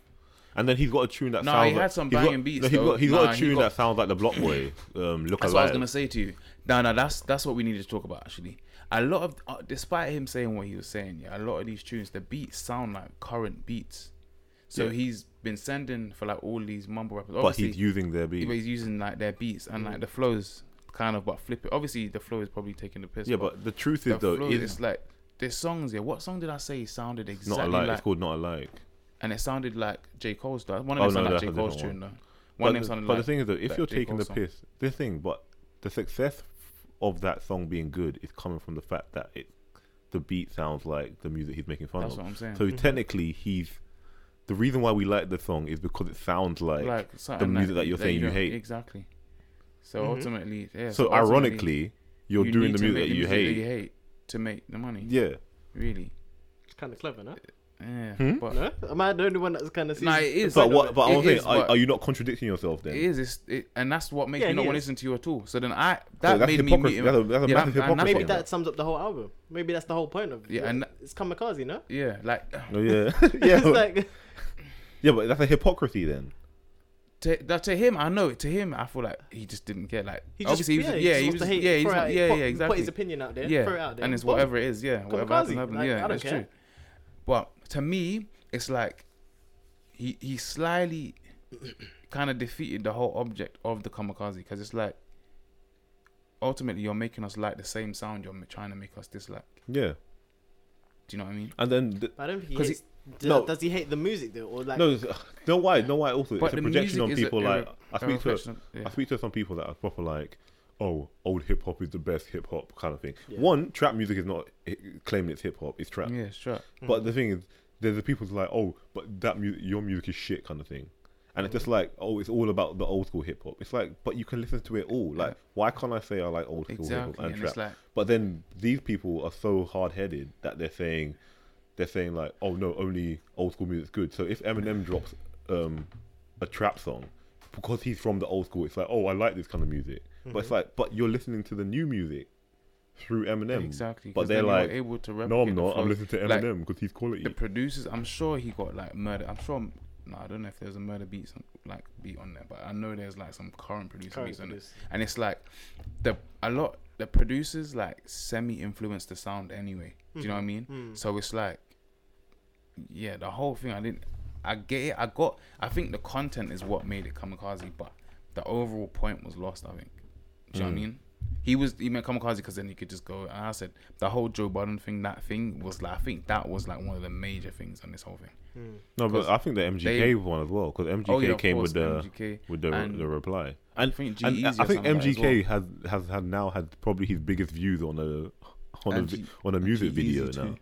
C: And then he's got a tune that
A: No,
C: sounds.
A: he
C: like,
A: had some
C: he's got-
A: banging beats,
C: No, he's
A: though.
C: got, he's
A: Nah,
C: got a
A: he
C: tune
A: got-
C: that sounds like the Block Boy. Um, look
A: That's what I was
C: alive.
A: gonna say to you. No, no, that's that's what we need to talk about actually. A lot of, uh, despite him saying what he was saying, yeah, a lot of these tunes, the beats sound like current beats. So
C: Yeah.
A: he's been sending for like all these mumble rappers.
C: but
A: Obviously,
C: he's Mm. using their beat.
A: but he's using like their beats and like the flows, kind of. But flip it. Obviously, the flow is probably taking the piss.
C: Yeah, but the truth
A: the
C: is though,
A: flow
C: is
A: is like there's songs here. What song did I say sounded
C: not
A: exactly
C: alike.
A: like?
C: It's called not alike.
A: And it sounded like J Cole's. Though. One of
C: Oh,
A: them
C: no,
A: sounded like
C: that's
A: J
C: a
A: Cole's
C: different
A: tune though. One
C: But,
A: of them
C: the,
A: sounded
C: but
A: like.
C: the thing is though, if
A: that
C: you're
A: J. Cole
C: taking the
A: song.
C: piss, the thing, but the success of that song being good is coming from the fact that it, the beat sounds like the music he's making fun
A: that's
C: of.
A: what I'm saying. Mm-hmm.
C: So technically, he's the reason why we like the song is because it sounds like.
A: something
C: music that you're saying you
A: don't-
C: hate.
A: Exactly. So
B: Mhm.
A: ultimately, yeah.
C: so
A: ultimately,
C: ironically, you're
A: you
C: doing
A: need
C: the
A: to
C: music,
A: make
C: that,
A: the
C: you
A: music
C: hate.
A: to make the money.
C: Yeah,
A: Really.
B: It's kind of clever, no?
A: Yeah.
C: Hmm?
A: But
B: No? Am I the only one that's kind of
A: Nah, it is.
C: but what? But
A: It
C: I'm saying,
A: is,
C: are,
A: but-
C: are you not contradicting yourself then?
A: it is, it's, it, and that's what makes
B: Yeah,
A: me
B: it
A: not want to
B: is.
A: listen to you at all. So then I
C: Yeah,
A: that
C: that's
A: made me
C: hypocrisy.
A: meet him.
C: That's a, that's a
A: Yeah,
C: massive
A: and- and that's
C: hypocrisy.
B: Maybe
A: what-
B: that sums up the whole album. Maybe that's the whole point of
A: Yeah, and-
B: it's kamikaze, no?
A: Yeah, like
C: Oh, yeah, yeah,
B: it's like
C: yeah. But that's a hypocrisy then.
A: to, that to him, I know to him, I feel like he just didn't care. Like
B: he just,
A: obviously,
B: yeah,
A: he was, yeah,
B: he
A: he
B: just wants
A: was,
B: to hate,
A: yeah, he's
B: throw
A: not,
B: out-
A: yeah, yeah,
B: put, Put
A: exactly.
B: his opinion out there,
A: yeah,
B: throw it out there,
A: and it's
B: boom.
A: whatever it is. Yeah, whatever
B: Kamikaze.
A: happens, happens.
B: Like, I
A: yeah,
B: don't
A: it's
B: care.
A: true. But to me, it's like he he slyly kind of defeated the whole object of the kamikaze because it's like ultimately you're making us like the same sound you're trying to make us dislike.
C: Yeah,
A: Do you know what I mean?
C: and then the,
B: But I don't think he
A: 'Cause
B: hates. d-
C: no.
B: Does he hate the music though, or like?
C: no, it's- no, why, no, why? Also,
A: But
C: it's a
A: the
C: projection
A: music
C: on
A: is a-
C: people.
A: a-
C: like I
A: A
C: speak to
A: reflection of-
C: I
A: yeah.
C: speak to some people that are proper like, oh, old hip hop is the best hip hop kind of thing.
B: Yeah.
C: One, trap music is not it, claiming it's hip hop; it's trap.
A: Yeah, sure.
C: But the thing is, there's the people who's like, oh, but that music, your music is shit kind of thing. And it's
A: Mm.
C: just like, oh, it's all about the old school hip hop. It's like, but you can listen to it all. Like, why can't I say I like old school hip hop
A: Exactly,
C: and
A: and
C: trap?
A: it's like
C: but then these people are so hard headed that they're saying, they're saying like, oh no, only old school music's good. So if Eminem drops um, a trap song, because he's from the old school, it's like, oh, I like this kind of music. But
A: Mm-hmm.
C: it's like, but you're listening to the new music through Eminem.
A: exactly.
C: But
A: 'cause
C: they're
A: then you're
C: like,
A: able to
C: no,
A: replicate
C: I'm
A: the
C: not. I'm
A: flows.
C: listening to
A: Like,
C: Eminem because he's quality.
A: the producers i'm sure he got like murder i'm sure no i don't know if there's a murder beat some, like beat on there but i know there's like some current producer
B: Current
A: beats on it
B: producer.
A: and it's like the a lot the producers like semi influence the sound anyway do you know what i mean so it's like yeah the whole thing i didn't i get it i got i think the content is what made it kamikaze but the overall point was lost i think
C: Mm.
A: do you know what I mean? He was he meant kamikaze because then he could just go. And I said the whole Joe Biden thing, that thing was like I think that was like one of the major things on this whole thing.
C: No, but
A: 'Cause
C: I think the MGK
A: they-
C: one as well because MGK
A: Oh, yeah, of
C: came with
A: course,
C: the
A: MGK.
C: with the,
A: And
C: the reply, and I
A: think
C: think,
A: G
C: and,
A: Eazy
C: I
A: or
C: think
A: something like that as
C: MGK has has had now had probably his biggest views on a on a
A: And
C: vi-
A: G-
C: on a music
A: Eazy
C: video
A: too.
C: now.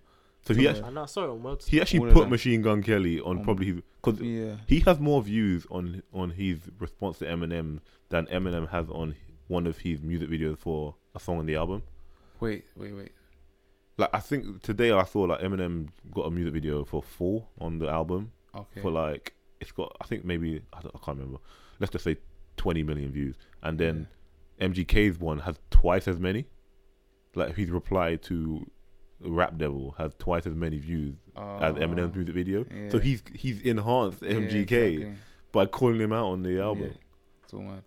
C: So he actually,
B: I know, I saw it on World.
C: he
A: All
C: actually
A: of
C: put
A: them. Um,
C: Machine Gun Kelly on probably his because
A: Yeah,
C: he has more views on on his response to Eminem than Eminem has on one of his music videos for a song on the album.
A: wait, wait, wait.
C: Like I think today I saw like Eminem got a music video for four on the album,
A: Okay,
C: for like it's got I think maybe I, don't, I can't remember. Let's just say 20 million views, and then MGK's one has twice as many. Like his reply to Rap Devil has twice as many views as
A: Oh,
C: Eminem's music video. So
A: yeah.
C: he's he's enhanced
A: yeah,
C: MGK
A: exactly.
C: by calling him out on the album.
A: Yeah, it's all mad.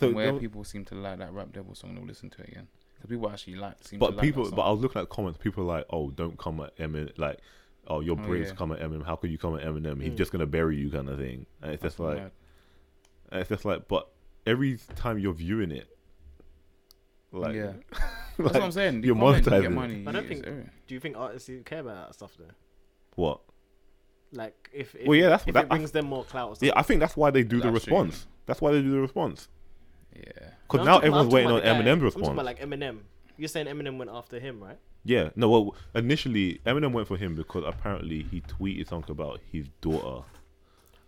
C: So
A: So where
C: no-
A: people seem to like that rap devil song, they'll listen to it again. Because people actually like seem to
C: but
A: like
C: people,
A: that song.
C: but I was looking at comments. People were like, oh, don't come at Eminem. Like, oh, your
A: Oh,
C: brains
A: yeah.
C: come at Eminem. How could you come at Eminem? He's
B: Mm.
C: just gonna bury you, kind of thing. And it's
A: That's
C: just like,
A: mad.
C: And it's just like, but every time you're viewing it, like,
A: yeah,
C: like,
A: that's what I'm saying.
C: you're
A: you comment, you
C: monetizing
A: get
C: it.
A: money.
B: I don't
A: it's
B: think-
A: everything.
B: Do you think artists care about that stuff though?
C: what?
B: Like if, if
C: Well, yeah, that's-
B: if
C: that-
B: it brings them more clout. Or something.
C: Yeah, I think that's why they do the
A: That's true, yeah.
C: response. That's why they do the response.
A: Yeah,
C: Because
B: No,
C: now
B: I'm talking-
C: everyone's
B: I'm
C: waiting on
B: talking about the guy-
C: Eminem's response.
B: I'm talking about like Eminem. You're saying Eminem went after him, right?
C: yeah, no. Well, initially Eminem went for him because apparently he tweeted something about his daughter,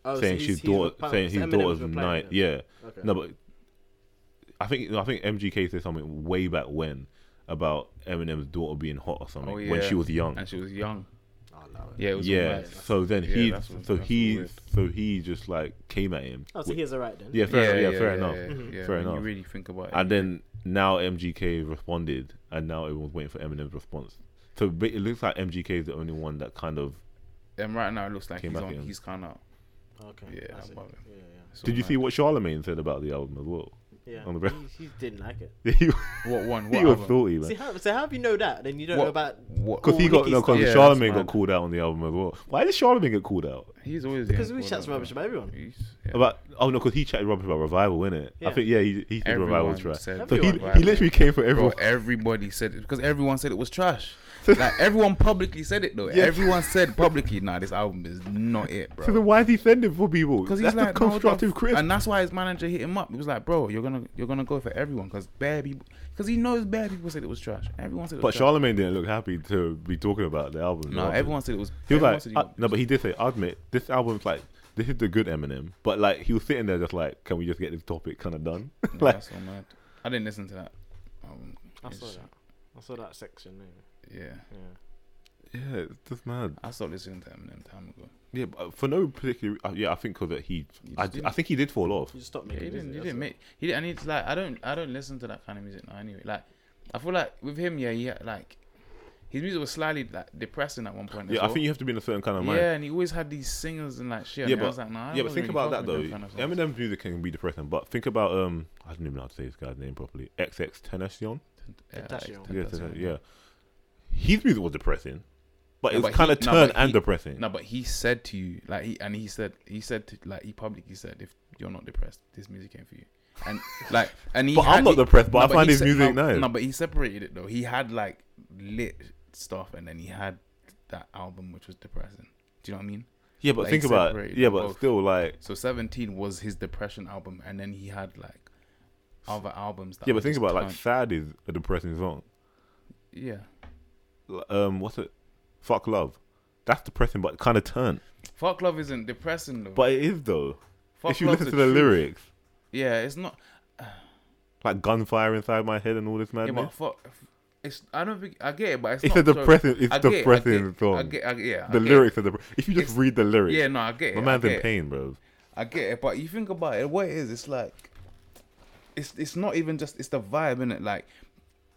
B: Oh, so
C: saying
B: he's-
C: she's
B: he's
C: daughter,
B: replying-
C: saying
B: so
C: his
B: Eminem's
C: daughter's
B: replying
C: night.
B: then.
C: Yeah,
B: Okay.
C: no, but I think I think MGK said something way back when about Eminem's daughter being hot or something
A: Oh,
C: when
A: yeah.
C: she was young.
A: and she was young.
B: I'll allow it.
A: Yeah, Oh, it was all
C: yeah.
A: mad.
C: So then
A: Yeah,
C: he,
A: that's what-
C: so
A: that's
C: he,
A: weird.
C: so he just like came at him.
B: Oh, so he has a right then.
C: yeah, fair, yeah, fair enough.
B: Mm-hmm.
A: Yeah,
C: Fair
A: when
C: enough.
A: You really think about it.
C: And then now MGK responded, and now everyone's waiting for Eminem's response. So ba- it looks like MGK is the only one that kind of.
A: And right now it looks like
C: Came
A: he's
C: back
A: on.
C: in.
A: He's kind of.
B: Okay.
A: Yeah,
B: I
A: I'm
B: see.
A: bugging.
B: yeah,
C: Did you see what Charlemagne said about the album as well?
B: yeah. yeah.
C: On the breath.
B: He, he didn't like it.
C: he
A: what one? What
C: he was
A: album?
C: salty,
B: See
C: man.
B: how? So how do you know that? Then you don't know
A: What-
B: about
A: What?
C: Because he
B: all
C: got
B: Nicki
C: no, because
A: stuff. Yeah,
C: Charlemagne
A: that's
C: got
A: mad.
C: called out on the album as well. Why did Charlemagne get called out?
A: He's always
B: Because
A: young
B: we
A: for
B: chats
A: that,
B: rubbish
A: bro.
B: about everyone.
A: He's- yeah.
C: About oh no, because he chatted rubbish about revival, innit? I
B: Yeah.
C: think yeah, he he said revival was
A: Everyone
C: trash.
A: said
C: So he,
B: Revival.
C: he literally came for
A: Bro,
C: everyone.
A: everybody said it because everyone said it was trash. like everyone publicly said it though. Everyone said publicly, "Nah, this album is not it, bro."
C: so then why is he sending for people? Because
A: Because he's
C: that's
A: like
C: the
A: no,
C: constructive
A: bruv.
C: criticism.
A: and that's why his manager hit him up. He was like, "Bro, you're gonna you're gonna go for everyone because bad people because he knows bad people said it was trash. Everyone said it
C: But
A: was trash.
C: Charlemagne didn't look happy to be talking about the album.
A: No,
C: Like,
A: everyone said it was.
C: He was
A: everyone
C: like,
A: said
C: "I- no, but he did say, I admit, this album's like, this is the good Eminem. But like, he was sitting there just like, can we just get this topic kind of done?
A: Yeah,
C: like,
A: that's so mad. I didn't listen to that. Um,
B: I saw
A: it's-
B: that. I saw that section. Maybe.
A: Yeah,
B: Yeah.
C: yeah, it's just mad.
A: I stopped listening to Eminem time ago.
C: Yeah, but for no particular, uh, yeah, I think because he,
A: You just
C: I,
A: didn't-
C: I think he did fall off.
B: You just stopped
A: Yeah,
B: making.
A: he didn't.
B: music,
A: He
B: that's
A: didn't
B: all.
A: make. He didn't. And it's like I don't. I don't listen to that kind of music now. Anyway, like I feel like with him, yeah, yeah, like his music was slightly like depressing at one point. as
C: Yeah, I
A: well.
C: think you have to be in a certain kind of mind.
A: Yeah, and he always had these singers and like shit.
C: Yeah,
A: and I
C: but-
A: was like, nah, I
C: yeah, but
A: wasn't
C: think
A: really
C: about that though.
A: fucking with them kind of songs.
C: Eminem's music can be depressing, but think about um, I don't even know how to say this guy's name properly. XX Tenacion.
A: Yeah, like,
B: Tentacion.
C: Yeah,
A: Tentacion.
C: Tenacion, yeah. His music was depressing, but it
A: Yeah,
C: was
A: but he-
C: kind of
A: no,
C: turned
A: but
C: and
A: he-
C: depressing.
A: No, but he said to you, like, he and he said, he said, to, like, he publicly said, if you're not depressed, this music ain't for you. And like, and he.
C: But
A: had-
C: I'm not
A: he-
C: depressed, but I find
A: he
C: his music
A: no,
C: nice.
A: No, but he separated it though. He had like lit stuff, and then he had that album which was depressing. Do you know what I mean?
C: Yeah, but
A: Like,
C: think about
A: separated
C: yeah,
A: from
C: but
A: both.
C: still like
A: So Seventeen was his depression album, and then he had like other albums. That
C: yeah,
A: were
C: but think
A: just
C: about like
A: turned-
C: sad is a depressing song.
A: yeah.
C: L- Um, what's it? Fuck love. That's depressing, but kind of turn.
A: Fuck love isn't depressing though.
C: But it is though.
A: Fuck
C: if you
A: Love's
C: listen to the
A: truth.
C: lyrics,
A: yeah, it's not.
C: like gunfire inside my head and all this
A: Yeah,
C: madness.
A: but fuck, it's. I don't think I get it, but it's.
C: it's a
A: not, so-
C: depressing. It's
A: I get it, I
C: depressing
A: get,
C: song.
A: I get, I,
C: the
A: yeah, I get it.
C: lyrics are depressing. If you just
A: It's-
C: read the lyrics,
A: Yeah, no, I get it.
C: my man's
A: I
C: in
A: get it.
C: pain, bro.
A: I get it, but you think about it, what it is, it's like it's it's not even just it's the vibe in it. Like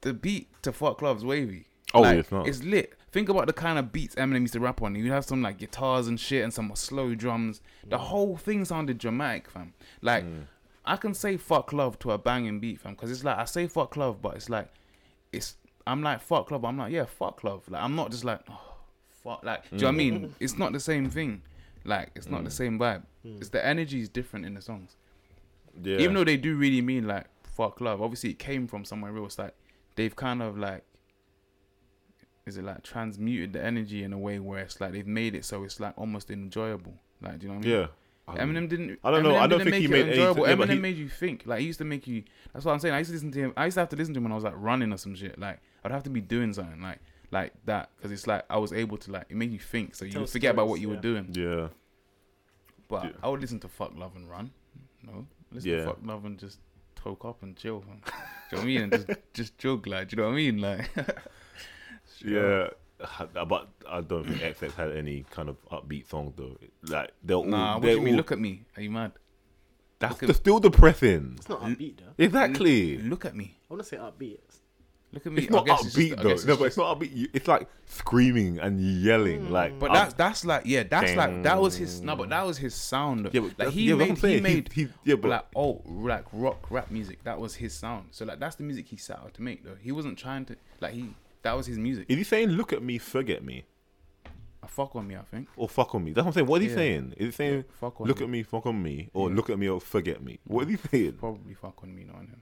A: the beat to fuck love's wavy.
C: Oh,
A: Like,
C: yeah, it's not.
A: It's lit. Think about the kind of beats Eminem used to rap on. You have some like guitars and shit and some slow drums. The
C: Mm.
A: whole thing sounded dramatic, fam. Like I can say fuck love to a banging beat, fam, because it's like I say fuck love, but it's like it's I'm like fuck love. I'm like yeah, fuck love. Like I'm not just like oh, fuck. Like do you know
C: Mm.
A: what I mean? It's not the same thing. Like it's not the same vibe.
C: Mm.
A: It's the energy is different in the songs.
C: Yeah.
A: Even though they do really mean like fuck love. Obviously, it came from somewhere else. Like they've kind of like is it like transmuted the energy in a way where it's like they've made it so it's like almost enjoyable. Like do you know what I mean?
C: yeah.
A: Eminem didn't.
C: I don't know.
A: Eminem
C: I don't
A: didn't
C: think he
A: make it
C: made any-
A: enjoyable.
C: yeah, but
A: Eminem
C: he-
A: made you think. Like he used to make you. That's what I'm saying. I used to listen to him. I used to have to listen to him when I was like running or some shit. Like I'd have to be doing something like like that because it's like I was able to like it made you think. So you
B: Tell
A: forget about
B: stories,
A: what you were
B: yeah.
A: doing.
C: Yeah.
A: But
C: Yeah.
A: I would listen to Fuck Love and Run. No, listen to
C: Yeah.
A: Fuck Love and just toke up and chill. man. do you know what I mean? And just just jog like. Do you know what I mean? Like
C: Yeah, but I don't think XX had any kind of upbeat song though. Like they're all,
A: nah. What do
C: they're
A: you mean?
C: all-
A: Look at me. Are you mad?
C: that's
A: look at-
C: the- still depressing.
B: It's not upbeat though.
C: Exactly.
A: Look at me.
B: I want to say upbeat. It's-
A: Look at me.
C: It's not
A: I guess it's
C: upbeat
A: just- I
C: though.
A: guess it's
C: No, but
A: just- Mm,
C: it's not upbeat. You- It's like screaming and yelling. Like,
A: But
C: I'm-
A: that's that's like yeah, that's like that was his no, but that was his sound. though.
C: Yeah, but
A: like
C: that's-
A: he
C: yeah, but
A: made
C: I'm saying
A: he
C: he-
A: made
C: he- yeah, but-
A: like oh like rock rap music. That was his sound. So like that's the music he set out to make though. He wasn't trying to like he that was his music.
C: is he saying "Look at me, forget me"
A: A fuck on me, I think.
C: or "Fuck on me"? That's what I'm saying. What is he
A: Yeah.
C: saying? Is he saying
A: Fuck on
C: "Look
A: me.
C: at me, fuck on me" or "Look at me or forget me"? What is he saying?
A: Probably fuck on me, not on him.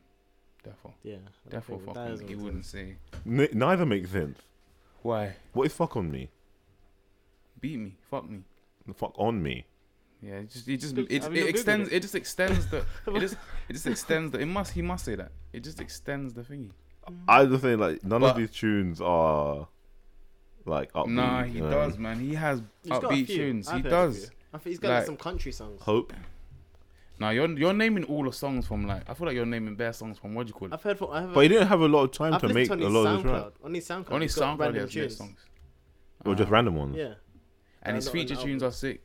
A: Therefore,
B: Yeah. I don't
A: therefore
B: think
A: fuck
B: that
A: on
B: is
A: me.
B: what
A: He
B: it
A: wouldn't
B: is.
A: say
C: N- neither makes sense.
A: why
C: What is "fuck on me"?
A: beat me, fuck me.
C: Fuck on me.
A: Yeah, it just it just
B: Speak-
A: it,
B: I
A: it
B: mean, you're good with
A: extends
B: it.
A: it just extends the it just it just extends the it must he must say that it just extends the thingy.
C: I just saying like none
A: But-
C: of these tunes are like upbeat.
A: Nah, he
C: you know?
A: does, man. He has
B: He's got a
A: upbeat
B: few.
A: tunes.
B: I've
A: He
B: heard a
A: does.
B: few. I think he's got like,
A: Like-
B: some country songs.
C: Hope.
A: Now you're you're naming all the songs from like I feel like you're naming bare songs from what do you call it?
B: I've heard from. I have
C: But he didn't have a lot of time
B: I've
C: to make
B: listened to
C: a
B: on his
C: lot of this
B: SoundCloud.
C: rap.
B: On his SoundCloud.
A: Only
B: he's got
A: SoundCloud he
B: random
A: has lit
B: tunes.
A: songs,
C: Or
B: Uh-huh.
C: just random ones.
B: Yeah.
A: and his
B: Not on
A: feature
B: the
A: tunes
B: album.
A: are sick.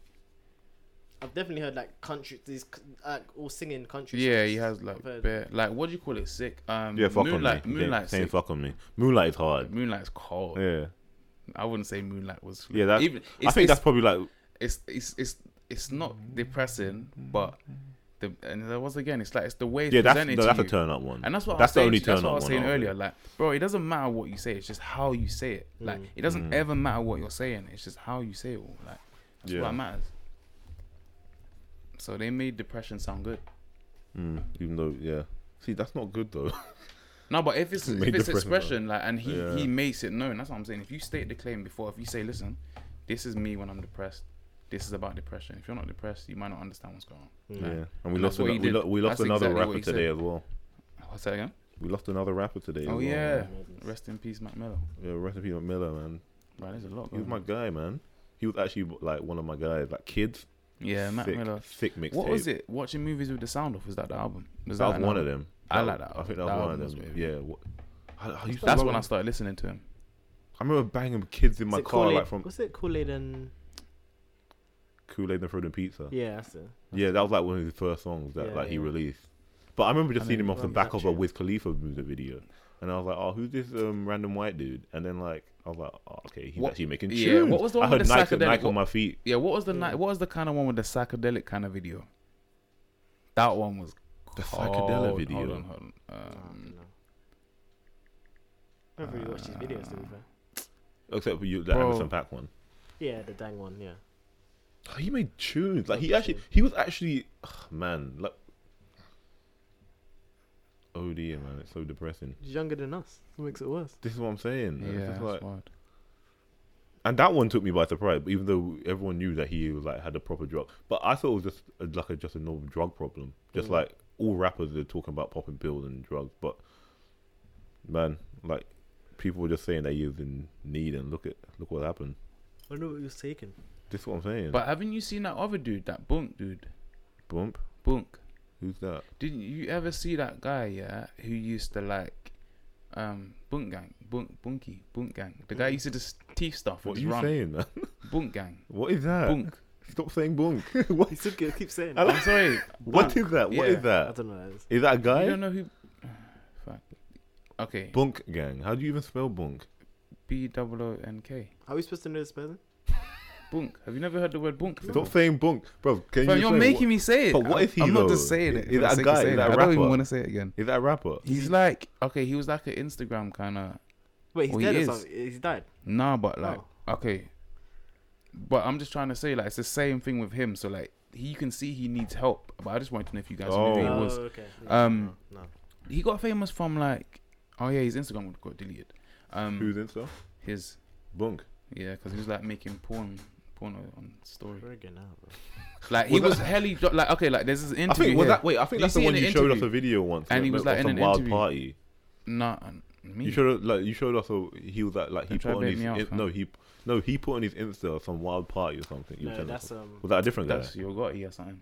B: I've definitely heard like country. These c- like all singing country.
A: Yeah,
B: songs.
A: he has like
B: I've heard-
A: bare like what do you call it? Sick. Um,
C: Yeah, fuck
A: Moonlight.
C: on me.
A: Moonlight.
C: saying
A: Sick.
C: fuck on me. Moonlight is hard.
A: Moonlight's cold.
C: Yeah.
A: I wouldn't say Moonlight was.
C: Yeah, that-
A: Even,
C: I
A: it's,
C: think
A: it's,
C: that's probably like
A: it's it's it's it's not depressing, but the and there was again, it's like it's the way it's
C: yeah, that's
A: presented
C: no, that's
A: to
C: a
A: you.
C: turn up one.
A: And that's what
C: that's the
A: I was
C: only
A: saying,
C: turn
A: that's what
C: up
A: I was
C: one.
A: saying
C: out of it.
A: earlier. Like, bro, it doesn't matter what you say. It's just how you
C: Mm.
A: say it. Like, it doesn't ever matter what you're saying. It's just how you say it. All. Like, that's
C: Yeah.
A: what matters. So they made depression sound good.
C: Mm, even though, yeah. See, that's not good though.
A: No, but if it's
C: Made
A: if
C: depression
A: it's
C: sound.
A: expression like and he
C: Yeah.
A: he makes it known, that's what I'm saying. If you state the claim before, if you say, listen, this is me when I'm depressed. This is about depression. If you're not depressed, you might not understand what's going on.
C: yeah, and we
A: And
C: lost
A: that's what
C: an,
A: he
C: we,
A: did.
C: lo- we lost
A: That's
C: another
A: exactly what
C: rapper
A: he said.
C: today as well.
A: What's that again?
C: We lost another rapper today. as
A: Oh
C: well,
A: yeah.
C: man.
A: Rest in peace, Mac Miller.
C: yeah. Recipe Miller, man.
A: Right, there's a lot.
C: He was
A: Going
C: my
A: on.
C: guy, man. He was actually like one of my guys. Like kids,
A: Yeah, Mac
C: thick,
A: Miller.
C: thick mixtape.
A: What was it? Watching movies with the sound off was that the album? Was
C: That was
A: an
C: one of
A: album?
C: them.
A: I
C: That-
A: like that
C: I think that was
A: album. That
C: one of
A: album
C: them.
A: was really
C: yeah. What, I, I used to
A: That's
C: love
A: when I
C: him.
A: started listening to him.
C: I remember banging kids in my
B: it
C: car,
B: Kool-Aid-
C: like from
B: what's it Kool Aid and
C: Kool Aid and Frozen Pizza. Yeah.
B: yeah, that's it.
C: that was like one of his first songs that
B: Yeah,
C: like he
B: yeah.
C: released. But I remember just
A: And
C: seeing
A: then
C: him off the
B: runs
C: back
B: that
C: of a
B: tune.
C: Wiz Khalifa music video, and I was like, "Oh, who's this um, random white dude?" And then like I was like, oh, "Okay, he's
A: What-
C: actually making
A: yeah,
C: tunes."
A: what was the one
C: I
A: with
C: heard
A: the
C: Nike,
A: psychedelic-
C: Nike
A: what-
C: on my feet.
A: Yeah, what was the
B: Yeah.
A: ni- what was the kind of one with the psychedelic kind of video? That one was
C: The
A: cold.
C: psychedelic video.
A: Hold on, hold on.
B: Oh, I
A: Um,
B: don't know. I've really watched his videos to be fair.
C: Except for you, the
A: Bro.
C: Anderson Pack one.
B: Yeah, the dang one. Yeah.
C: Oh, he made tunes. Like he
B: Made
C: actually,
B: tunes.
C: he was actually, ugh, man. Like, oh dear, man, it's so depressing.
B: He's younger than us. That makes it worse.
C: This is what I'm saying.
A: yeah,
C: It's just
A: that's
C: like-
A: wild.
C: and that one took me by surprise. Even though everyone knew that he was like had a proper drug, but I thought it was just a, like a just a normal drug problem. Just
B: Mm.
C: like all rappers are talking about popping pills and drugs, but man, like people were just saying that he was in need, and look at look what happened.
B: I know what he was taking.
C: This is what I'm saying.
A: But haven't you seen that other dude, that bunk dude,
C: Bump,
A: bunk?
C: who's that?
A: Didn't you ever see that guy? Yeah, who used to like, um, bunk gang, bunk, bunky, bunk gang. The guy used to just teeth stuff.
C: Mm. What
A: What
C: are you
A: run.
C: saying, man?
A: Bunk gang,
C: What is that?
A: bunk.
C: Stop saying bunk. what?
B: He still keep saying.
C: I
B: I
A: I'm sorry,
C: What is that? What
A: Yeah.
C: is that?
B: don't know. What that is.
C: Is that a
A: you
C: guy?
A: don't know who. Fuck. Okay,
C: Bunk gang. How do you even spell bunk?
A: B double O N K.
B: How are we supposed to know this person?
A: Bunk. Have you never heard the word bunk? before?
C: Stop saying bunk, bro. Can
A: Bro,
C: you?
A: you're
C: explain
A: making
C: what-
A: me say it.
C: But what
A: I'm-
C: is he,
A: I'm not
C: though?
A: just saying it.
C: Is that
A: for the
C: a
A: sake
C: guy?
A: of
C: Is
A: saying
C: that
A: it.
C: a
A: I don't even
C: rapper?
A: want to say it again.
C: Is that a rapper?
A: He's like okay, he was like an Instagram kind of
B: Wait, he's
A: Well, he
B: dead
A: is.
B: or something. He's died.
A: nah, but like
C: Oh.
A: okay, but I'm just trying to say like it's the same thing with him. So like he can see he needs help, but I just wanted to know if you guys
C: Oh.
A: knew who
B: Oh,
A: he was.
B: okay.
A: Um,
B: no. no.
A: He got famous from like oh yeah, his Instagram got deleted. Um,
C: Who's in stuff?
A: his
C: Bunk.
A: yeah, because he was like making porn. Porn on story,
B: We're good now, bro.
A: like he
C: Was
A: was helly dro- like okay, like there's this interview.
C: I think was
A: here.
C: that. Wait, I think
A: Did
C: that's
A: you
C: the
A: see
C: one
A: in
C: you
A: the
C: showed us
A: interview?
C: a video once.
A: And
C: yeah,
A: he was,
C: of
A: like, in
C: some
A: an
C: wild
A: interview.
C: party.
A: Nah, me.
C: You showed like you showed us a he was like like he
A: Don't try
C: put on
A: to bait
C: his
A: me out,
C: in-
A: fam.
C: no he no he put on his Insta some wild party or something. You were
B: No,
C: telling us.
B: that's um.
C: was that a different guy?
A: That's Yogati or something.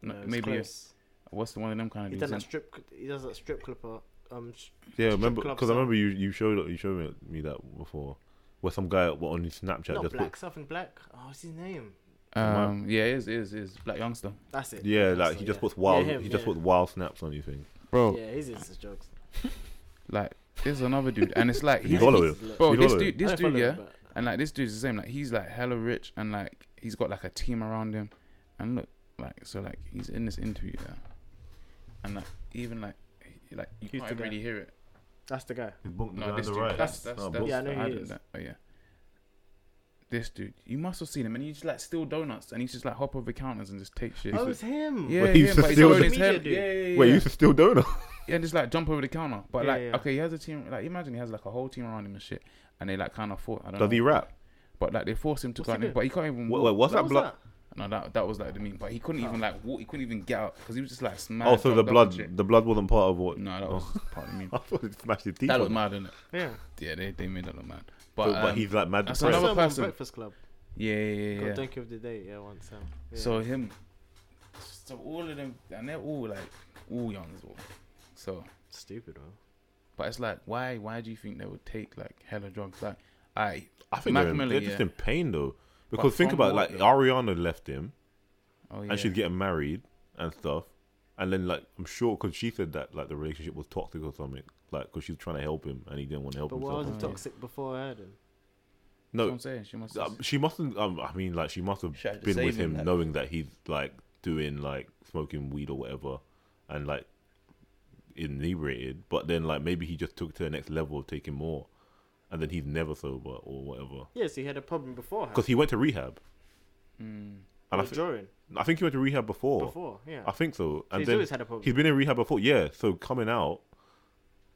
A: No,
B: no, it's
A: maybe a-
B: close.
A: what's the one of them kind
B: he
A: of
B: done that
A: dudes?
B: strip. cl- He does that strip clip. uh, Um, sh-
C: Yeah,
B: strip
C: remember
B: club
C: because I
B: song.
C: remember you you showed you showed me that before, where some guy on his Snapchat
B: not
C: just
B: black.
C: put
B: Something black. Oh, what's his name?
A: in- Um, yeah, it is, it is, it is black youngster,
B: That's it.
C: yeah
B: That's
C: like
B: it,
C: he just
B: yeah.
C: puts wild
B: Yeah, him,
C: he just
B: yeah.
C: puts wild snaps on you thing.
A: bro.
B: Yeah, his is jokes.
A: Like there's another dude, and it's like
C: Did you
A: he's,
C: follow
B: he's
C: him?
B: lit.
A: bro,
C: You
A: this
C: follow
A: dude,
B: I
A: this
B: don't
A: dude,
B: follow
A: yeah,
B: him, but
A: and like this dude's the same. Like he's like hella rich, and like he's got like a team around him, and look, like so, like he's in this interview, yeah, and like even like, he- like you
B: Who's
A: can't
B: the
A: even
B: guy?
A: really hear it.
B: That's the guy.
A: No, this dude, that's that's, that's
B: Yeah, I know who he
A: did
B: is.
A: that, but yeah. This dude, you must have seen him, and he's like steal donuts, and he's just like hop over counters and just take shit.
B: Oh, it's him.
A: Yeah,
C: Well, he
A: yeah,
C: used to
A: but he's
C: steal
A: already
C: the-
A: his head.
B: Media dude.
A: Yeah, yeah, yeah.
C: Wait, you used to steal donut.
A: yeah, and just like jump over the counter. But
B: Yeah,
A: like,
B: yeah.
A: okay, he has a team. Like, imagine he has like a whole team around him and shit, and they like kind of fought. I don't
C: Does
A: know.
C: he rap?
A: but like, they forced him to
B: What's
A: go.
B: he
A: out there,
B: doing?
A: But he can't even.
C: Wait,
A: walk.
C: wait, what's
B: What
C: that
B: was
C: blood?
A: No, that that was like the meme. But he couldn't even like walk. He couldn't even get out because he was just like smashed.
C: Oh, so the
A: jumped up
C: blood,
A: and shit.
C: the blood wasn't part of what? Oh.
A: No, that was part of the meme.
C: I thought it smashed his teeth.
A: That
C: on.
A: looked mad, didn't it?
B: Yeah.
A: Yeah, they they made that look mad.
C: So-
A: But,
C: but
A: um,
C: he's like mad
A: that's
B: So
A: another
C: depressed.
A: person.
B: another person. Breakfast Club.
A: yeah, yeah,
B: Got
A: yeah. yeah.
B: Donkey of the Day. Yeah, once. Um, yeah.
A: So him, so all of them, and they're all like all young as well. So
B: stupid, man.
A: But it's like, why? Why do you think they would take like hella drugs? Like, I,
C: I think
A: Mac
C: they're, in-
A: Miller,
C: they're just
A: yeah.
C: in pain though, because think
A: from
C: about it,
A: what,
C: like
A: though?
C: Ariana left him,
A: oh yeah,
C: and she's getting married and stuff, and then like I'm sure because she said that like the relationship was toxic or something, like because she was trying to help him and he didn't want to help
B: But why
C: himself.
B: was he
A: Oh, yeah.
B: toxic before I heard him?
A: That's what
C: No,
A: I'm saying she must.
C: um, she mustn't. Um, I mean, like she must have
A: She had to
C: been
A: save
C: with
A: him
C: him,
A: then.
C: knowing that he's like doing like smoking weed or whatever, and like inebriated. But then like maybe he just took to the next level of taking more, and then he's never sober or whatever.
B: Yes, he had a problem before.
C: Because he went to rehab.
A: mm,
C: And I,
B: Or
C: thi-
B: during
C: I think he went to rehab before.
B: before, yeah.
C: I think so. And
B: he's
C: then
B: always had a problem.
C: He's been in rehab before. Yeah. So coming out,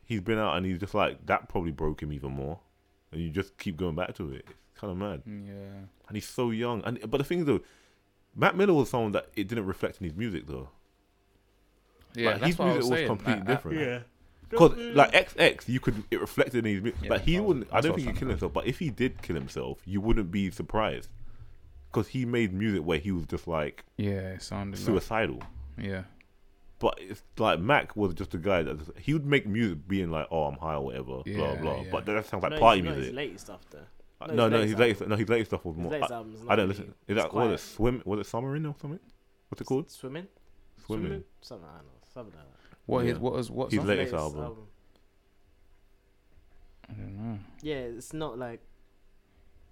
C: he's been out and he's just like that probably broke him even more. And you just keep going back to it. It's kind of mad.
A: Yeah.
C: And he's so young. And but the thing is though, Matt Miller was someone that it didn't reflect in his music though.
A: Yeah,
C: like,
A: that's
C: his
A: what I was
C: music was
A: saying.
C: completely
A: like, I-
C: different. Because like XX, you could it reflected in his music.
A: Yeah,
C: like he
A: that's-
C: wouldn't. I
A: that's
C: don't
A: what
C: think
A: I'm
C: he'd kill
A: saying.
C: himself. But if he did kill himself, you wouldn't be surprised. Because he made music where he was just like
A: yeah, it sounded like,
C: suicidal.
A: yeah.
C: But it's like Mac was just a guy that just, he would make music being like, "Oh, I'm high or whatever," blah
A: Yeah,
C: blah.
A: yeah.
C: But that sounds
B: No,
C: like
B: his-
C: party
B: no,
C: music.
B: His latest stuff though.
C: Uh, No, no, his latest,
B: album.
C: no, his latest stuff was
B: His
C: more.
B: latest
C: I,
B: album's
C: I
B: not
C: don't
B: really-
C: listen. Is
B: it's
C: that was
B: quiet.
C: it swim? Was it summering or something? What's it called?
B: Swimming.
C: Swimming.
B: Something I don't know. Something like that.
A: What
C: Yeah.
A: his what was what
C: His
A: song?
C: latest album.
A: I don't know.
B: Yeah, it's not like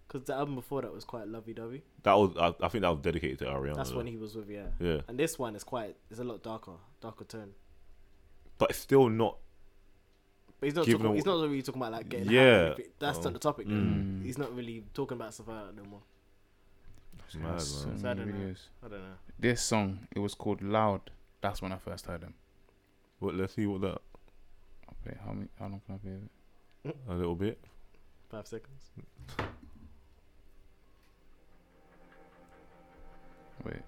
B: because the album before that was quite lovey-dovey.
C: That was. I, I think that was dedicated to Ariana.
B: That's
C: though.
B: when he was with yeah.
C: Yeah,
B: And this one is quite. It's a lot darker, darker tone.
C: but it's still not.
B: But he's not.
C: Given
B: Talking,
C: all-
B: he's not really talking about like getting.
C: Yeah.
B: Yeah. That's
C: Oh.
B: not the topic. though.
A: Mm.
B: He's not really talking about stuff like that no more.
A: Seen
C: Mad,
A: so
C: man.
B: So I
A: many
B: don't know.
A: videos.
B: I don't know.
A: This song, it was called Loud. That's when I first heard him.
C: What? Let's see what that
A: I'll play it. how many how long can I play it?
C: a little bit.
B: Five seconds.
A: Wait.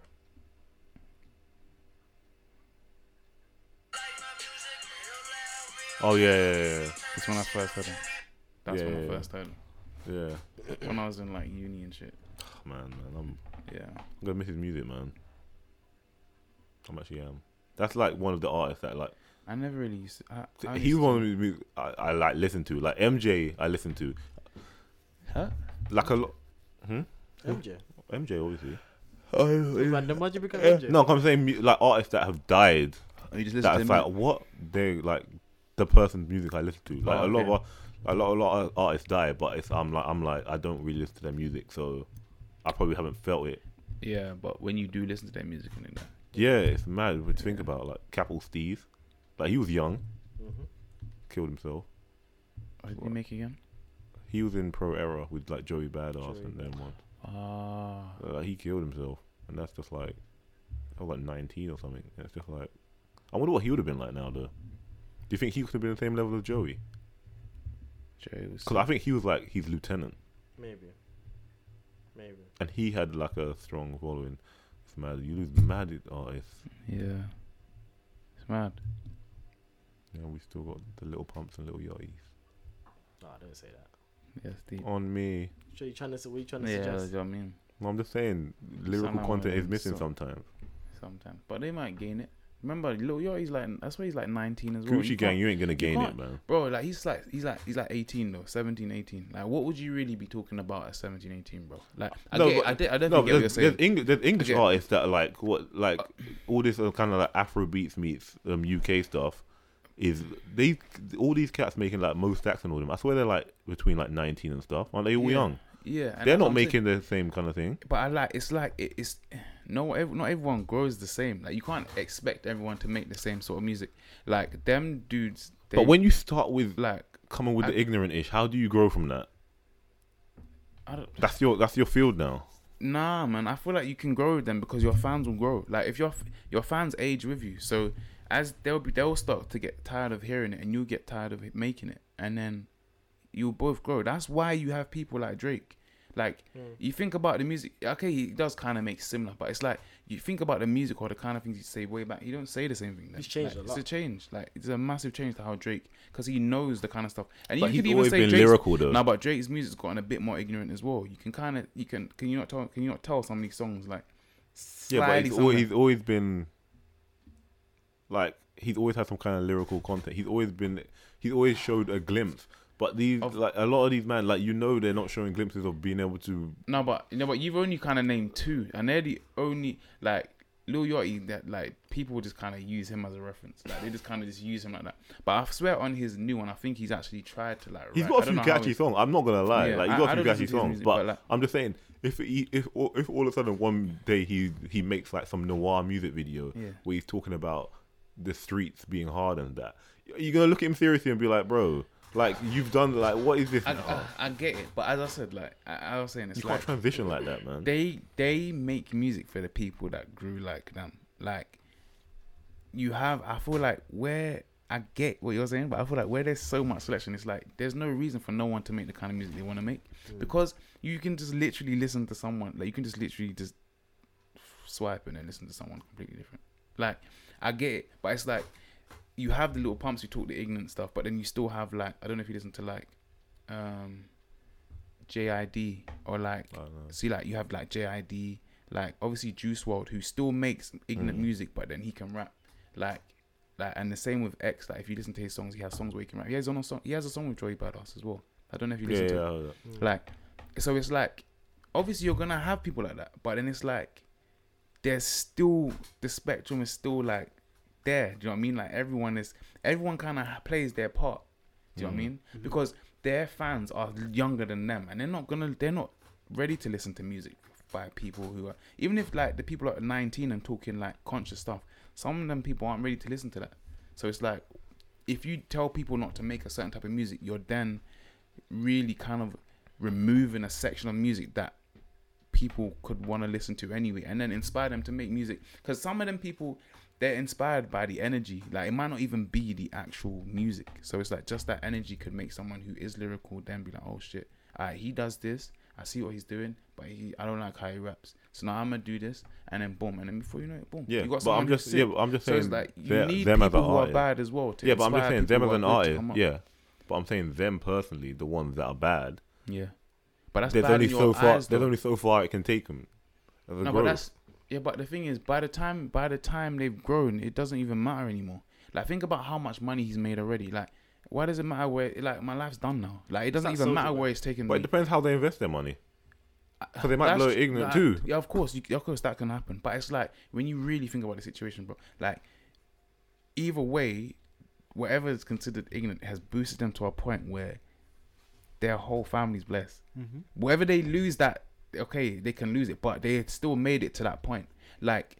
C: Oh yeah, yeah, yeah,
A: It's when I first heard him. That's when I
C: Yeah.
A: first heard him.
C: yeah. yeah.
A: When I was in like uni and shit.
C: Oh, man, man, I'm, I'm
A: Yeah.
C: gonna miss his music, man. I'm actually am. That's like one of the artists that like
A: I never really used to I, I
C: he
A: used
C: was one of the music I, I like listen to. Like MJ, I listen to.
A: to, huh?
C: Like a lot. Hmm?
B: MJ.
C: MJ, obviously.
B: Random. Why'd you become MJ?
C: No, I'm saying mu- like artists that have died.
A: Oh, you just
C: That's like what they like the person's music I listen to. Like
A: Oh,
C: a lot
A: okay.
C: of a lot, a lot of artists die, but it's I'm like I'm like I don't really listen to their music, so I probably haven't felt it.
A: Yeah, but when you do listen to their music and that.
C: Yeah, it's mad to think about. Like Capital Steve, like he was young,
B: Mhm.
C: killed himself.
A: What did you make again?
C: He was in Pro Era with like Joey Badass
B: Joey
C: and them one.
A: Ah.
C: Uh, like, he killed himself, and that's just like I was like 19 or something. And it's just like I wonder what he would have been like now, though. Do you think he could have been the same level as Joey?
A: Joey was
C: Because I think he was like his lieutenant,
B: Maybe. Maybe.
C: and he had like a strong following. It's mad. You lose mad at artists,
A: Yeah. It's mad.
C: and we still got the little pumps and little yachties
B: No, I don't say that.
A: Yeah, it's deep.
C: on me.
B: So you trying to? What you trying to
A: yeah, do you
B: suggest?
A: know what I mean?
C: No, I'm just saying lyrical
A: Somehow
C: content is
A: I'm
C: missing
A: so-
C: sometimes.
A: Sometimes. But they might gain it. Remember, Lil Yachty's like that's why he's like nineteen as well.
C: Gucci
A: You
C: Gang,
A: can't-
C: you ain't gonna gain it,
A: can't-
C: man.
A: Bro, like he's like he's like he's like 18 though, 17, 18. Like what would you really be talking about at 17, 18, bro? Like I
C: No,
A: get it.
C: but-
A: I, did, I
C: No,
A: definitely get
C: but
A: what you're
C: there's, there's
A: saying.
C: English, there's English
A: Okay.
C: artists that are like what like all this kind of like Afro beats meets um, UK stuff is they all these cats making like most stacks and all them. I swear they're like between like 19 and stuff. Aren't they all
A: Yeah,
C: young?
A: Yeah, and
C: They're
A: that's what
C: not
A: I'm saying.
C: making the same kind of thing.
A: But I like it's like it, it's no ev- not everyone grows the same. Like you can't expect everyone to make the same sort of music. Like them dudes. They,
C: but when you start with like
A: like
C: coming with
A: I-
C: the ignorant ish, how do you grow from that?
A: I don't
C: That's your that's your field now.
A: Nah, man. I feel like you can grow with them because your fans will grow. Like if your your fans age with you, so as they'll be they'll start to get tired of hearing it, and you'll get tired of it making it, and then you'll both grow. That's why you have people like Drake. Like
B: Hmm.
A: you think about the music. Okay, he does kind of make similar, but it's like you think about the music or the kind of things you say way back. You don't say the same thing. Then.
B: He's changed
A: Like,
B: a
A: It's a
B: lot.
A: change. Like it's a massive change to how Drake, because he knows the kind of stuff. And
C: But
A: you
C: he's
A: could even
C: always
A: say
C: been
A: Drake's-
C: lyrical though.
A: no, but Drake's music's gotten a bit more ignorant as well. You can kind of you can can you not tell can you not tell some of these songs like
C: yeah, but
A: sliding
C: he's
A: somewhere.
C: always, he's always been like he's always had some kind of lyrical content. He's always been he's always showed a glimpse. But these
A: Of-
C: like a lot of these man like you know they're not showing glimpses of being able to.
A: no, but you know, but you've only kind of named two, and they're the only like Lil Yachty that like people just kind of use him as a reference. Like they just kind of just use him like that. But I swear on his new one, I think he's actually tried to like.
C: He's
A: write-
C: got
A: I
C: a
A: don't
C: few
A: know how
C: catchy
A: he's-
C: songs. I'm not gonna lie,
A: Yeah,
C: like he's
A: I-
C: got
A: I
C: a few
A: don't
C: catchy
A: listen to his
C: songs.
A: music,
C: but
A: but, like-
C: I'm just saying if he, if all- if all of a sudden one day he he makes like some noir music video
A: Yeah.
C: where he's talking about the streets being hard and that, you're gonna look at him seriously and be like, bro, Like you've done like what is this?
A: I,
C: now?
A: I, I get it, but as I said, like I, I was saying, it's
C: you
A: like
C: can't transition like that, man.
A: they they make music for the people that grew like them. Like you have, I feel like where I get what you're saying, but I feel like where there's so much selection, it's like there's no reason for no one to make the kind of music they want to make because you can just literally listen to someone. Like you can just literally just swipe and then listen to someone completely different. Like I get it, but it's like you have the little pumps who talk the ignorant stuff, but then you still have like I don't know if you listen to like um JID or like
C: I don't know.
A: See, like you have like JID, like obviously Juice World, who still makes ignorant music, but then he can rap, like, like, and the same with X. Like, if you listen to his songs, he has songs where he can rap. He has on a song. He has a song with Joey Badass as well. I don't know if you
C: Yeah,
A: listen
C: yeah,
A: to
C: I heard that.
A: it. like, so it's like, obviously you're gonna have people like that, but then it's like, there's still the spectrum is still like there. Do you know what I mean? Like everyone is everyone kind of plays their part. Do you know what I mean? Because their fans are younger than them, and they're not gonna they're not ready to listen to music by people who are even if like the people are 19 and talking like conscious stuff. Some of them people aren't ready to listen to that. So it's like if you tell people not to make a certain type of music, you're then really kind of removing a section of music that people could want to listen to anyway and then inspire them to make music because some of them people they're inspired by the energy like it might not even be the actual music so it's like just that energy could make someone who is lyrical then be like oh shit alright, he does this i see what he's doing but he i don't like how he raps so now i'm gonna do this and then boom and then before you know it boom
C: Yeah,
A: you
C: but
A: someone
C: I'm
A: who's
C: just yeah,
A: sick.
C: but I'm just
A: so
C: saying
A: it's like you
C: they're-
A: need
C: them as
A: people
C: an
A: who are
C: artist.
A: bad as well to
C: Yeah, but I'm just
A: inspire
C: saying them as
A: people who
C: an
A: are good to
C: artist.
A: come up.
C: Yeah, but I'm saying them personally, the ones that are bad.
A: yeah but that's
C: There's
A: bad
C: only
A: in your
C: so far.
A: eyes,
C: There's
A: though.
C: only so far it can take them.
A: No, but that's yeah. But the thing is, by the time by the time they've grown, it doesn't even matter anymore. Like think about how much money he's made already. Like why does it matter where? Like my life's done now. Like it doesn't
B: like
A: even
B: Soulja
A: matter
B: Boy.
A: where it's taking
C: But it
A: me.
C: depends how they invest their money. Because they might
A: Uh, That's
C: blow
A: tr-
C: ignorant
A: like,
C: too.
A: Yeah, of course, you, of course that can happen. But it's like when you really think about the situation, bro. Like either way, whatever is considered ignorant has boosted them to a point where their whole family's blessed. Whether they lose that, okay, they can lose it, but they had still made it to that point. Like,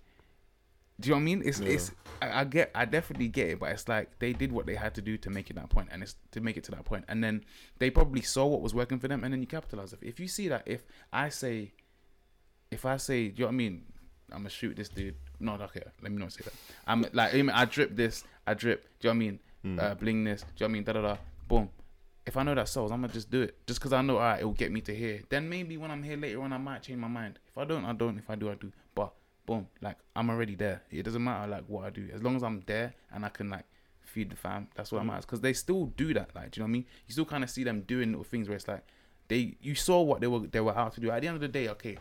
A: do you know what I mean? It's it's I, I get I definitely get it, but it's like they did what they had to do to make it that point, and it's to make it to that point, and then they probably saw what was working for them, and then you capitalize it. If you see that, if I say, if I say, do you know what I mean? I'm gonna shoot this dude. No, okay, let me not say that. I'm like, I mean, I drip this, I drip. Do you know what I mean? Uh, bling this. Do you know what I mean? Da da da. Boom. If I know that sells, I'm gonna just do it, just because I know, alright, it'll get me to here. Then maybe when I'm here later on, I might change my mind. If I don't, I don't. If I do, I do. But boom, like I'm already there. It doesn't matter like what I do, as long as I'm there and I can like feed the fam. That's what matters, because they still do that. Like, do you know what I mean? You still kind of see them doing little things where it's like they, you saw what they were they were out to do. At the end of the day, okay,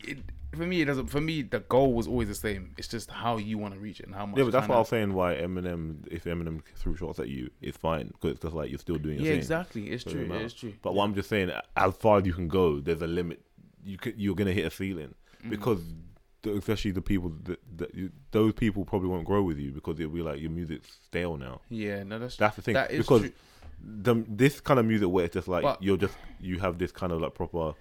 A: it, for me, it doesn't. For me, the goal was always the same. It's just how you want to reach it and how much.
C: Yeah, but that's
A: kinda-
C: what I was saying. Why Eminem, if Eminem threw shots at you, it's fine because it's just like you're still doing your
A: Yeah,
C: thing.
A: exactly. It's
C: Doesn't
A: true.
C: matter.
A: It's true.
C: But what I'm just saying, as far as you can go, there's a limit. You c you're gonna hit a ceiling
A: Mm-hmm.
C: because, th- especially the people that, that you, those people probably won't grow with you because it'll be like your music's stale now.
A: Yeah, no, that's
C: That's the thing
A: That is
C: because
A: true.
C: the, this kind of music where it's just like
A: But-
C: you're just you have this kind of like proper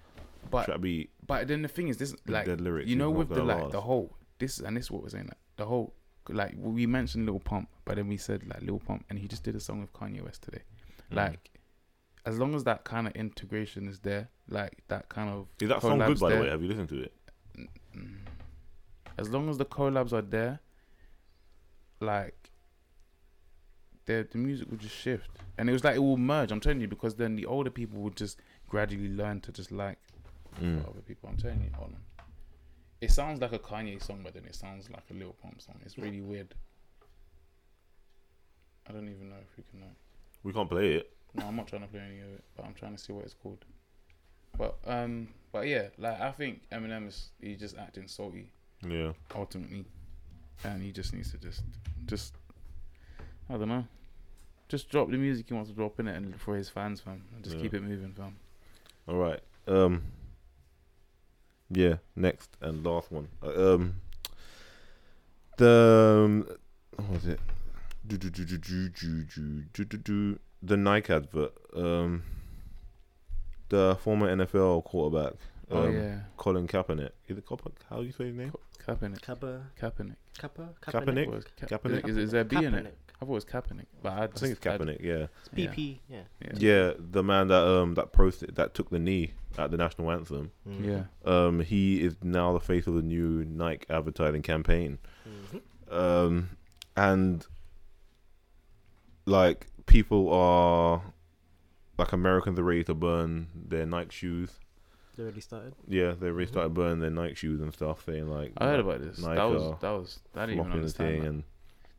A: But
C: trap beat.
A: but then the thing is, this like
C: Dead lyrics
A: you know
C: is not
A: with the
C: gonna
A: like
C: last.
A: the whole this and this is what we're saying like the whole like we mentioned Lil Pump, but then we said like Lil Pump, and he just did a song with Kanye West today.
C: Mm.
A: Like, as long as that kind of integration is there, like that kind of
C: Is that song
A: collabs
C: good by
A: there,
C: the way? Have you listened to it?
A: as long as the collabs are there, like the the music will just shift, and it was like it will merge. I'm telling you, because then the older people would just gradually learn to just like
C: Mm.
A: other people. I'm telling you, hold on. It sounds like a Kanye song, but then it sounds like a Lil Pump song. It's really weird. I don't even know if we can know.
C: We can't play it.
A: No, I'm not trying to play any of it, but I'm trying to see what it's called. But um, but yeah, like I think Eminem is he's just acting salty
C: Yeah.
A: ultimately, and he just needs to just, just, I don't know, just drop the music he wants to drop in it, and for his fans, fam, and just
C: Yeah.
A: keep it moving, fam.
C: All right. Um. Yeah. Next and last one. Uh, um. The um, what was it? Do, do, do, do, do, do, do, do, do, do. The Nike advert. Um. The former NFL quarterback. Um,
A: oh yeah, Oh,
C: Colin Kaepernick. Is it Kaepernick? How do you say his name?
A: Kaepernick.
B: Kappa,
A: Kaepernick.
B: Kappa,
C: Kaepernick?
A: What is Ka-
C: Kaepernick?
A: Is, is there a B in it?
B: Kaepernick.
A: I thought it was Kaepernick, but I,
C: I
A: just,
C: think it's Kaepernick. Yeah.
A: I- yeah.
B: PP, yeah.
C: Yeah, the man that um that posted that took the knee at the national anthem.
B: Mm-hmm.
A: Yeah.
C: Um, he is now the face of the new Nike advertising campaign.
B: Mhm.
C: Um, and like people are like Americans are ready to burn their Nike shoes.
B: They already started.
C: Yeah, they really started burning their Nike shoes and stuff, saying like
A: Mm-hmm. I heard about this.
C: Nike
A: that was
C: are
A: that was that didn't even
C: mocking the thing,
A: understand. That.
C: and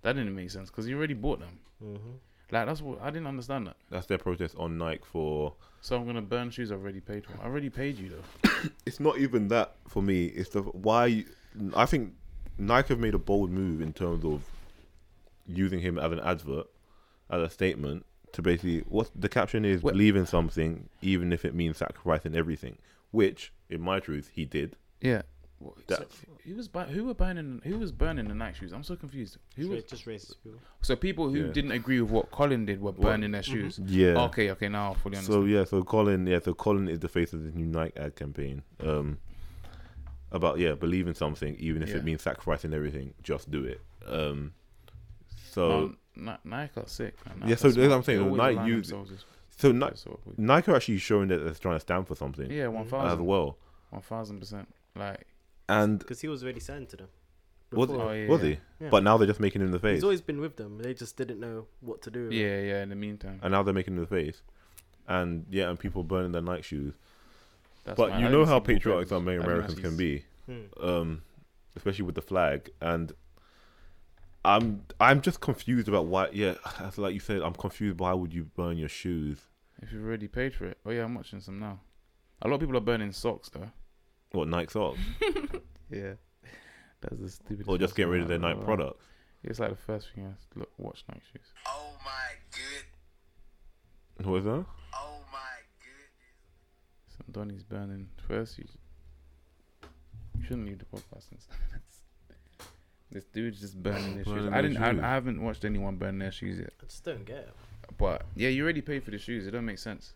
A: that didn't make sense because you already bought them.
B: Mm-hmm.
A: Like that's what I didn't understand that.
C: that's their protest on Nike for.
A: So I'm gonna burn shoes I've already paid for. I already paid you though.
C: It's not even that for me. It's the why. You, I think Nike have made a bold move in terms of using him as an advert, as a statement to basically what the caption is:
A: Wait.
C: believe in something, even if it means sacrificing everything. Which, in my truth, he did.
A: Yeah. Well, so,
C: That-
A: who was bu- who were burning who was burning the Nike shoes? I'm so confused. Who was,
B: just racist people.
A: so people who
C: Yeah. Mm-hmm.
A: didn't agree with what Colin did were burning their shoes.
C: Yeah.
A: Okay, okay, now I fully understand.
C: Oh, So yeah, so Colin, yeah, so Colin is the face of this new Nike ad campaign. Um, about yeah, believe in something, even if
A: Yeah.
C: it means sacrificing everything, just do it. Um, so
A: So, Um, Ni- Nike are sick. Man. Nike
C: uh, Yeah, so
A: are smart.
C: that's what I'm saying,
A: They always
C: Nike
A: align
C: use-
A: themselves as-
C: so Ni-
A: as what we-
C: Nike are actually showing that they're trying to stand for something
A: yeah, one
C: as
A: thousand,
C: well.
A: one thousand percent. Like
C: And
B: Because he was already signed to them.
C: was
B: Before.
A: Oh,
C: he?
A: yeah,
C: was
A: yeah.
C: he?
B: Yeah.
C: But now they're just making him in the face,
B: He's always been with them. They just didn't know what to do. with him.
A: yeah, yeah. In the meantime,
C: and now they're making him in the face, and yeah, and people burning their Nike shoes.
A: That's
C: but
A: mine. I
C: you know
A: didn't
C: how
A: see more
C: patriotic
A: photos.
C: some
A: I
C: main
A: didn't
C: Americans
A: actually
C: can
A: see-
C: be.
B: Hmm.
C: um, especially with the flag. And I'm I'm just confused about why. Yeah, as like you said, I'm confused. Why would you burn your shoes?
A: If you've already paid for it, oh yeah, I'm watching some now. A lot of people are burning socks though.
C: What Nike socks,
A: Yeah, that's the stupid.
C: or just get rid of their Nike product?
A: It's like the first thing I look, watch Nike shoes.
D: Oh my good.
C: What is that?
D: Oh my good.
A: Some Donny's burning first. You you shouldn't leave the podcast. And stuff. this dude's just burning his shoes.
C: Burning
A: I
C: their
A: didn't. I,
C: shoes.
A: I haven't watched anyone burn their shoes yet.
B: I just don't get it.
A: But yeah, you already paid for the shoes. It don't make sense.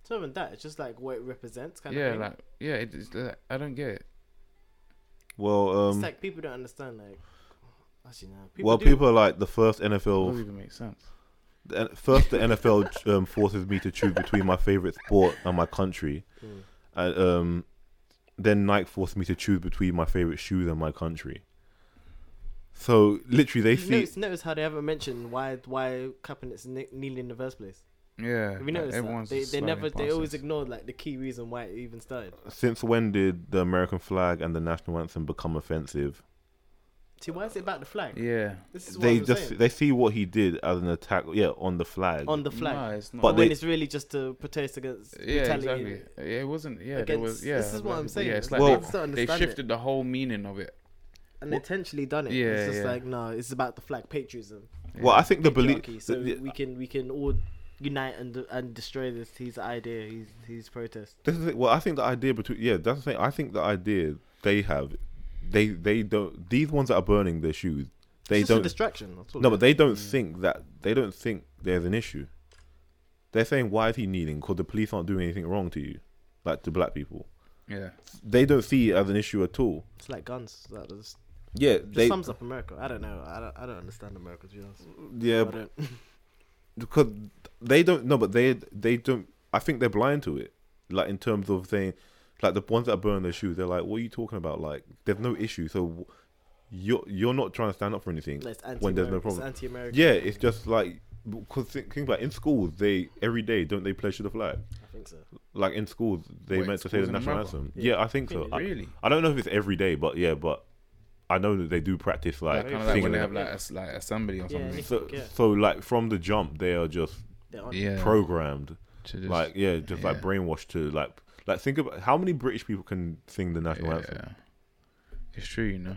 B: It's not even that. It's just like what it represents, kind
A: yeah,
B: of thing.
A: like yeah, it, it's like, I don't get it.
C: Well,
B: it's
C: um,
B: like people don't understand. Like, actually, no. People
C: well,
B: do.
C: people are like the first
A: It doesn't
C: NFL.
A: even make sense.
C: the N- First, the NFL um, forces me to choose between my favorite sport and my country,
B: Mm.
C: and um, then Nike forced me to choose between my favorite shoes and my country. So literally, they
B: Did you
C: see.
B: notice, notice how they haven't mentioned why why Kaepernick's ne- kneeling in the first place.
A: Yeah,
B: Have you noticed that?
A: everyone's
B: They,
A: just
B: they
A: sliding
B: never they
A: past
B: always
A: us.
B: ignored like the key reason why it even started.
C: Since when did the American flag and the national anthem become offensive?
B: See, why is it about the flag?
A: Yeah.
B: This is what
C: They
B: I'm
C: just
B: saying.
C: they see what he did as an attack, yeah, on the flag.
B: on the flag.
A: No, it's not.
C: But
B: when
C: they-
B: it's really just to protest against
A: yeah,
B: brutality.
A: exactly. Yeah, It wasn't. Yeah, there
B: against-
A: was. Yeah,
B: this is what I'm
A: exactly.
B: saying.
A: Yeah, it's like
C: Well-
B: People don't
A: they, they
B: understand it.
A: shifted the whole meaning of it.
B: and intentionally done it.
A: Yeah,
B: it's just
A: yeah.
B: like no, it's about the flag, patriotism,
C: Well, I think the
B: patriarchy.
C: belief.
B: So
C: the-
B: we can we can all unite and and destroy this his idea, his his protest.
C: this is it. well, I think the idea between yeah, that's the thing. I think the idea they have, they they don't. These ones that are burning their shoes, they
B: it's just a
C: don't.
B: distraction. That's all
C: No,
B: it
C: but
B: is.
C: they don't think that they don't think there's an issue. They're saying why is he kneeling? Because the police aren't doing anything wrong to you, like to black people.
A: Yeah,
C: They don't see it as an issue at all.
B: it's like guns. That is,
C: Yeah,
B: just
C: they
B: sums up America. I don't know. I don't I don't understand America to be honest.
C: yeah.
B: I don't.
C: because they don't no, but they they don't. I think they're blind to it. Like in terms of saying, like the ones that burn their shoes, they're like, "What are you talking about? Like, there's no issue. So w- you're you're not trying to stand up for anything
B: No, it's
C: when there's no
B: anti-American.
C: problem.
B: It's anti-American.
C: yeah, it's just like because think, think about it, in schools they every day don't they pledge to the flag?
B: I think so.
C: Like in schools they
A: Wait,
C: meant to say
A: schools
C: the
A: in
C: national
A: America?
C: anthem. Yeah, I think so. I,
A: really.
C: I don't know if it's every day, but yeah, but I know that they do practice like
A: Like, kind of like
C: singing.
A: when they
C: it.
A: have like a, s- like assembly or
B: Yeah,
A: something. Yeah,
C: so,
B: yeah.
C: so like from the jump they are just
B: They're on-
C: programmed
A: to just-
C: like yeah, just like
A: yeah.
C: brainwashed to like like think about how many British people can sing the national anthem
A: yeah. It's true, you know.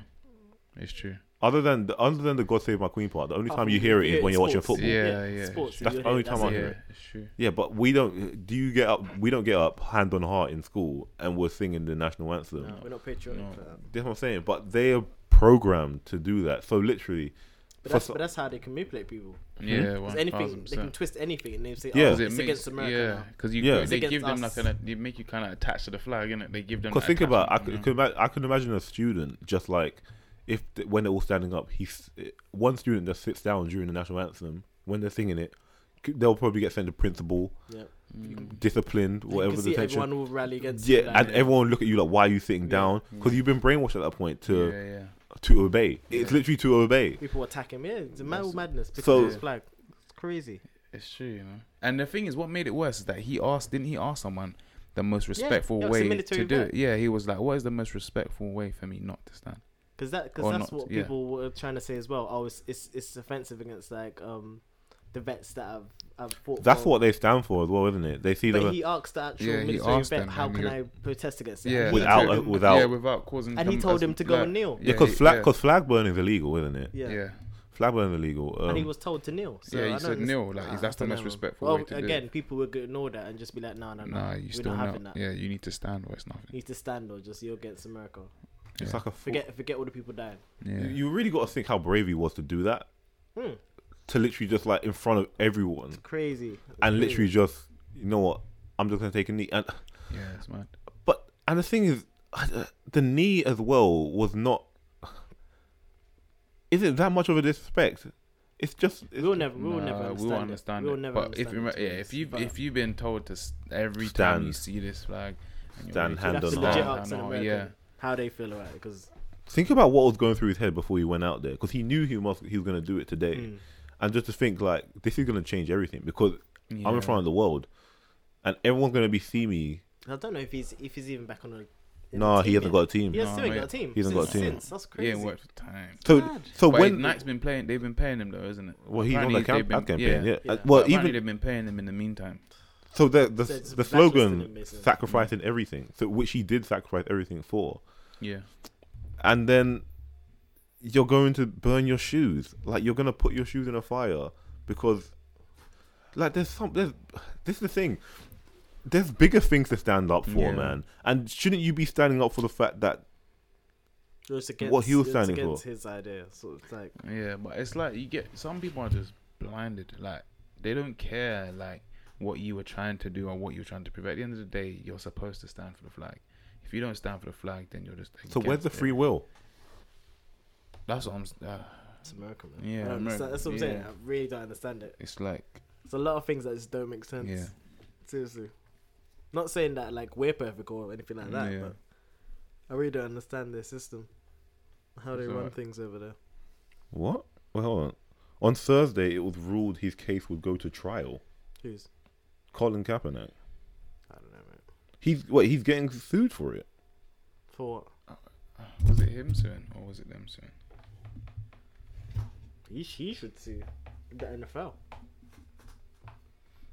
A: It's true.
C: other than the, other than the God Save My Queen part. The only
B: Apart
C: time
B: from
C: you hear it is
B: in
C: when you're watching
B: sports.
C: football.
A: Yeah.
C: Yeah.
B: Sports.
C: That's
B: you
C: the only
B: hear- that's
C: time I hear
B: it.
A: Yeah,
C: it.
A: it's true.
C: but we don't. Do you get up? We don't get up hand on heart in school and we're singing the national anthem.
B: No, we're not patriotic
A: No.
B: for that.
C: That's what I'm saying. But they are programmed to do that. So literally,
B: But that's,
C: so-
B: but that's how they can manipulate people.
C: Hmm?
A: Yeah,
B: 'Cause
A: one
B: anything
A: thousand
B: they can
A: percent.
B: twist anything and they say,
C: Yeah.
B: "Oh,
C: Because
B: it's
A: it makes-
B: against America
A: yeah,
B: now."
A: because you
C: Yeah.
A: they
B: It's
A: give them
B: against
A: like an, they make you kind of attached to the flag, innit? They give them.
C: Because
A: that
C: think about, I could,
A: attachment,
C: could ima- I can imagine a student just like if th- when they're all standing up, he's one student that sits down during the national anthem when they're singing it, c- they'll probably get sent to principal,
B: Yeah.
C: disciplined, whatever
B: Mm. you can
C: the
B: see
C: tension.
B: everyone will rally against.
C: Yeah,
B: it,
C: and
B: like,
C: everyone look at you like, why are you sitting down? down? Because you've been brainwashed at that point
A: you
C: to
A: know? Yeah, yeah.
C: to obey. It's literally to obey.
B: people attack him. Yeah, it's a mad madness because
C: So-
B: of his flag. It's crazy.
A: It's true, you know. And the thing is, what made it worse is that he asked, didn't he ask someone the most respectful
B: yeah, it was a
A: way
B: military
A: to do
B: vet.
A: it? Yeah, he was like, "What is the most respectful way for me not to stand?"
B: Because that,
A: Or
B: cause that's
A: not,
B: what
A: yeah.
B: people were trying to say as well. Oh, it's it's, it's offensive against like um the vets that have, have fought.
C: That's
B: for-
C: what they stand for as well, isn't it? They see
B: But
C: them.
B: he asked the actual
A: Yeah, he
B: military
A: asked
B: vet,
A: them,
B: "How
A: and
B: can
A: he-
B: I protest against it?"
A: Yeah,
B: And he-
C: Without-
A: told him-
C: without-
A: yeah, without causing.
B: And he
A: them-
B: told
A: as-
B: him to go
A: like-
B: and kneel.
C: Yeah, because
A: he-
C: flag,
A: yeah,
C: cause flag burning is illegal, isn't it?
B: yeah.
A: yeah.
C: Flag burning is illegal. Um,
B: and he was told to kneel. So
A: Yeah,
B: I
A: he
B: don't
A: said
B: understand-
A: kneel, like,
B: I-
A: is
B: I
A: that the
B: don't
A: most
B: know.
A: respectful
B: well,
A: way to do it?
B: again, people would ignore that and just be like, "No, no, no,
A: Nah, you
B: we're
A: still
B: not
A: not.
B: having that."
A: Yeah, you need to stand, or it's nothing.
B: Need to stand or just you're against America.
C: it's like a full-
B: Forget forget all the people dying.
A: Yeah.
C: You really got to think how brave he was to do that.
B: Hmm.
C: To literally just like in front of everyone
B: Crazy.
C: and
B: Crazy.
C: literally just, you know what, I'm just gonna take a knee. And
A: Yeah, it's mad.
C: but and the thing is, uh, the knee as well was not. Is it that much of a disrespect? It's just it's
B: We'll never, we'll
A: Nah,
B: never understand.
A: we'll
B: it.
A: understand it.
B: We'll never
A: but
B: understand
A: if you,
B: it, to
A: yeah,
B: be
A: if
B: honest.
A: you
B: But
A: if you've been told to s- every time you
C: Stand.
A: see this flag, and you're
C: Stand
A: raised,
C: hand
A: you
B: that's
A: have
C: on
A: to
B: legit
A: stand
C: heart.
B: ask
A: hand
B: an
A: on-
B: American
A: Yeah,
B: how they feel about it because
C: think about what was going through his head before he went out there because he knew he must he was going to do it today
B: Hmm.
C: and just to think like this is going to change everything because i'm
A: Yeah.
C: in front of the world and everyone's going to be see me
B: I don't know if he's if he's even back on a. in the
C: nah he
B: team
C: hasn't
B: yet.
C: got a team
B: He has
A: Nah,
B: still ain't
A: mate.
B: got a team.
C: He hasn't got a
B: Since-
C: team.
B: Since. That's
A: he
B: crazy.
A: ain't worked for time.
C: so
B: Bad.
C: so
A: but
C: when
A: Knight's been playing. They've been paying him though, isn't it?
C: well he's on
A: Apparently
C: the camp,
A: they've
C: ad
A: been-
C: campaign yeah,
A: yeah.
C: Uh,
B: Yeah.
C: well
A: Apparently
C: even
A: they've been paying him in the meantime.
C: so the the,
B: So it's
C: the
B: blacklisted
C: slogan
B: him, basically.
C: sacrificing everything so which he did sacrifice everything for
A: Yeah,
C: and then you're going to burn your shoes. Like you're gonna put your shoes in a fire because, like, there's some. There's this is the thing. There's bigger things to stand up for,
A: Yeah.
C: man. And shouldn't you be standing up for the fact that
B: It was against,
C: What he was
B: it
C: standing
B: against
C: for.
B: His idea. So it's like
A: yeah. But it's like you get some people are just blinded. Like they don't care like what you were trying to do or what you're trying to prevent. At the end of the day, you're supposed to stand for the flag. If you don't stand for the flag, then you're just.
C: so where's the
A: against it.
C: free will?
A: That's what I'm. s- Uh,
B: it's America, man.
A: Yeah,
B: I don't
A: America,
B: understand. That's what I'm saying.
A: yeah.
B: I really don't understand it.
A: it's like
B: There's a lot of things that just don't make sense.
A: Yeah.
B: Seriously. Not saying that like we're perfect or anything like that,
A: Yeah.
B: but I really don't understand their system. How they
A: It's
B: run
A: alright.
B: things over there.
C: What? Well, hold on. On Thursday, it was ruled his case would go to trial.
B: Who's
C: Colin Kaepernick.
B: I don't know, mate.
C: He's wait. He's getting sued for it.
B: For what?
A: uh, was it him soon or was it them soon?
B: He, sh- he should sue the NFL.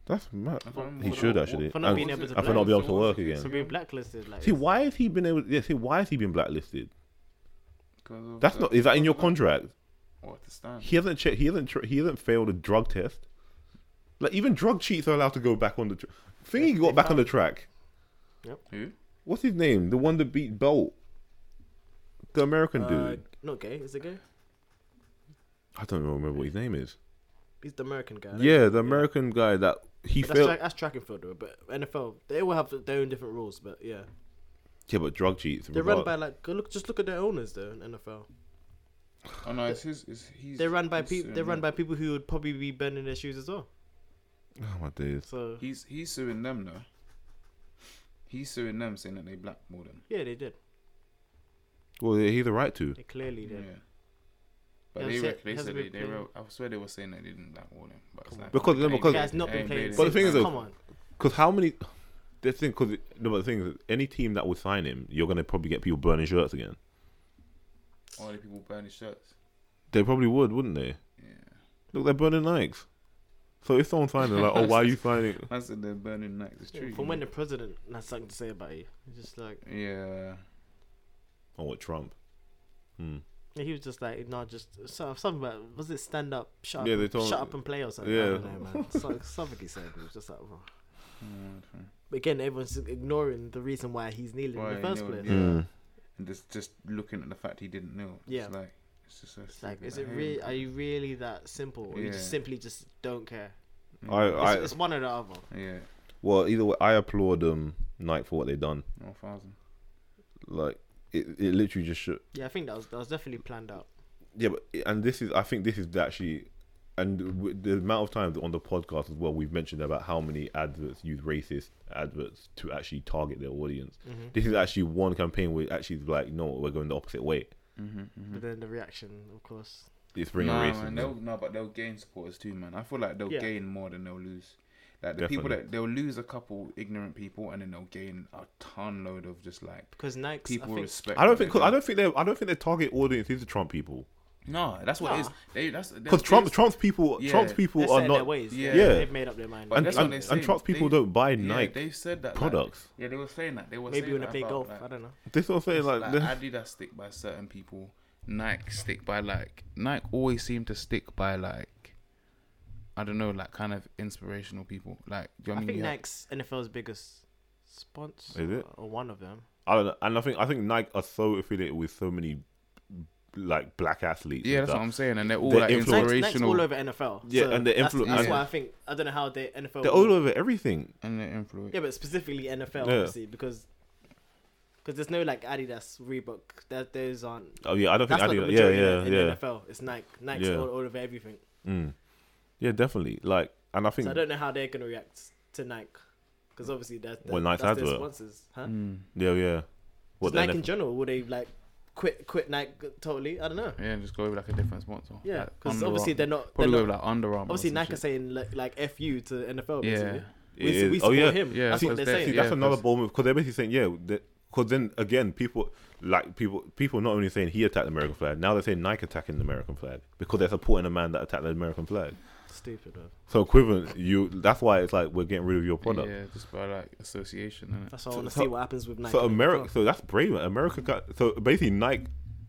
C: That's mad.
A: For-
C: He
A: for
C: should
A: not-
C: actually.
B: for not
C: And-
B: being able
C: and
B: to
C: for not
B: play.
C: being able to work
B: So
C: again.
B: being blacklisted like
C: See why has he been able? Yeah. See why has he been blacklisted?
A: Because of
C: That's
A: the-
C: not. Is that in your contract?
A: What to stand?
C: He hasn't checked. He hasn't. Tr- he hasn't failed a drug test. Like even drug cheats are allowed to go back on the. Tr- thing he got back on the track.
A: Who?
C: What's his name? The one that beat Bolt. The American
B: uh,
C: dude.
B: not gay, is it gay?
C: I don't remember what his name is.
B: He's the American guy. right?
C: Yeah, the American guy that he
B: But that's,
C: failed.
B: track, that's track and field, though, but NFL they all have their own different rules. But yeah,
C: yeah, but drug cheats.
B: they're run
C: regard-
B: by like go look, just look at their owners though in NFL.
A: Oh no, it's his. It's, he's,
B: They're run by
A: he's
B: people.
A: suing
B: They're run
A: them.
B: by people who would probably be burning their shoes as well.
C: Oh my days.
B: So
A: He's he's suing them though. He's suing them, saying that they blackmailed him.
B: yeah, they did.
C: Well, yeah, he's the right to.
B: They clearly
A: Yeah.
B: did.
A: But
B: Yeah,
A: they,
B: so
A: rec-
B: it
A: they
B: has
A: said
B: been
A: they, they
B: played.
A: wrote, I swear they were saying that they didn't blackmail him. But it's like,
C: Because- no,
A: they ain't
C: because-
A: played-
B: Guys, not
A: they
B: been
A: ain't
B: playing.
A: played
C: But the
A: it.
C: thing is though-
B: come on,
C: Because how many? The thing, because no, but the thing is, any team that would sign him, you're gonna probably get people burning shirts again.
A: All the people burn his shirts.
C: They probably would, wouldn't they?
A: Yeah.
C: Look, they're burning Nikes. So if someone signs it, like, oh, why are you signing?
A: I said they're burning nights. It's true.
B: from
A: you
B: when the
A: know.
B: president has something to say about you, It's just like
A: Yeah.
C: Oh, what Trump? Hmm.
B: he was just like no, just so- something about was it stand up, shut up,
C: Yeah, they told-
B: shut up and play or something. I
C: Yeah.
B: don't know, man. so, something he said it was just like. Well,
A: Mm, okay.
B: But again, everyone's ignoring the reason why he's kneeling
A: Why
B: in
A: he
B: the first
C: Mm.
A: kneeled,
B: place.
A: Yeah. And just, just looking at the fact he didn't know.
B: Yeah.
A: It's like, it's It's just so
B: It's like,
A: stupid,
B: is it
A: like,
B: really? Are you really that simple? Or you
A: Yeah.
B: just simply just don't care?
C: I,
B: It's,
C: I
B: it's one or the other.
A: Yeah,
C: well, either way, I applaud um Nike for what they've done.
A: one thousand.
C: Like it, it literally just should.
B: Yeah, I think that was that was definitely planned out.
C: Yeah, but and this is I think this is actually, and w- the amount of times on the podcast as well we've mentioned about how many adverts use racist adverts to actually target their audience.
B: Mm-hmm.
C: This is actually one campaign where it actually is like, no, we're going the opposite way.
A: Mm-hmm.
B: But then the reaction, of course.
C: It's bringing
A: Nah,
C: racism.
A: man, they'll, no, but they'll gain supporters too, man. I feel like they'll
B: Yeah.
A: gain more than they'll lose. Like the people
C: Definitely.
A: that they'll lose a couple ignorant people, and then they'll gain a ton load of just like
B: Because Nike's,
A: people
B: I think,
A: respect.
C: I don't
A: what
C: think.
A: they're
C: Cause I
A: doing.
C: don't think they. I don't think their target audience is the Trump people.
A: No, that's what it is.
B: Nah.
A: They that's
C: Because
A: that's-
C: Trump,
A: that's-
C: Trump's people,
A: Yeah.
C: Trump's people
B: they're
C: are
B: set in
C: not.
B: their ways. Yeah.
A: Yeah.
B: they've made up their mind.
A: But
C: And,
A: that's
C: and,
A: what
C: and
A: they say.
C: Trump's people
A: They-
C: don't buy
A: yeah,
C: Nike.
A: They've said that like-
C: products.
A: yeah, they were saying that. They were
B: Maybe
A: saying
B: when they
A: that
B: play
A: about,
B: golf,
A: like,
B: I don't know.
C: This is what I'm saying. Like,
A: like
C: the-
A: Adidas stick by certain people. Nike stick by like Nike always seem to stick by like I don't know like kind of inspirational people. Like do you know
B: I
A: what I mean?
B: think
A: You have-
B: Nike's NFL's biggest sponsor,
C: Is it?
B: or one of them.
C: I don't know, and I think I think Nike are so affiliated with so many like black athletes.
A: yeah,
C: and
A: that's what
C: stuff.
A: I'm saying, and they're all
C: They're influ-
A: like
B: Nike's, Nike's
A: inspirational
B: all over NFL.
C: Yeah,
B: so
C: and they're
B: that's,
C: influ-
B: that's
A: yeah.
B: why I think I don't know how they NFL.
C: They're all over everything.
A: and they're influential.
B: Yeah, but specifically NFL,
C: Yeah.
B: obviously, because because there's no like Adidas, Reebok. That those aren't.
C: Oh yeah, I don't think
B: That's not the
C: Adidas. Yeah,
B: majority
C: yeah,
B: in, in
C: yeah.
B: the NFL. It's Nike. Nike's
C: Yeah.
B: all, all over everything.
C: Mm. Yeah, definitely. Like, and I think
B: So I don't know how they're gonna react to Nike, because obviously that's
C: Well, Nike's
B: that's their
C: advert.
B: sponsors, huh?
A: Mm.
C: yeah, yeah.
B: Just
C: the
B: Nike
C: NFL
B: in general, would they like quit quit Nike totally? I don't know.
A: Yeah, and just go with like a different sponsor.
B: Yeah,
A: Like,
B: because
A: Under
B: obviously
A: Armour.
B: they're not. They're
A: probably
B: not
A: go with like Under Armour. or
B: obviously
A: some
B: Nike are
A: shit.
B: saying like, like "f you" to NFL. Basically.
A: Yeah,
B: We,
C: is-
B: su- we
C: oh
B: support
C: yeah,
B: him.
A: Yeah,
B: that's
A: so
B: what
A: it's
B: they're
A: their-
B: saying.
C: See,
A: yeah.
C: that's another
A: 'cause-
C: bold move because they're basically saying, yeah, because then again, people like people people not only saying he attacked the American flag, now they're saying Nike attacking the American flag because they're supporting a man that attacked the American flag.
B: Stupid. Man.
C: So equivalent, you that's why it's like we're getting rid of your product.
A: Yeah, just by like association. innit?
B: That's why I
C: So-
B: want to
C: so-
B: see what happens with Nike.
C: So
B: in the
C: America,
B: NFL.
C: so that's brave. America got so basically Nike.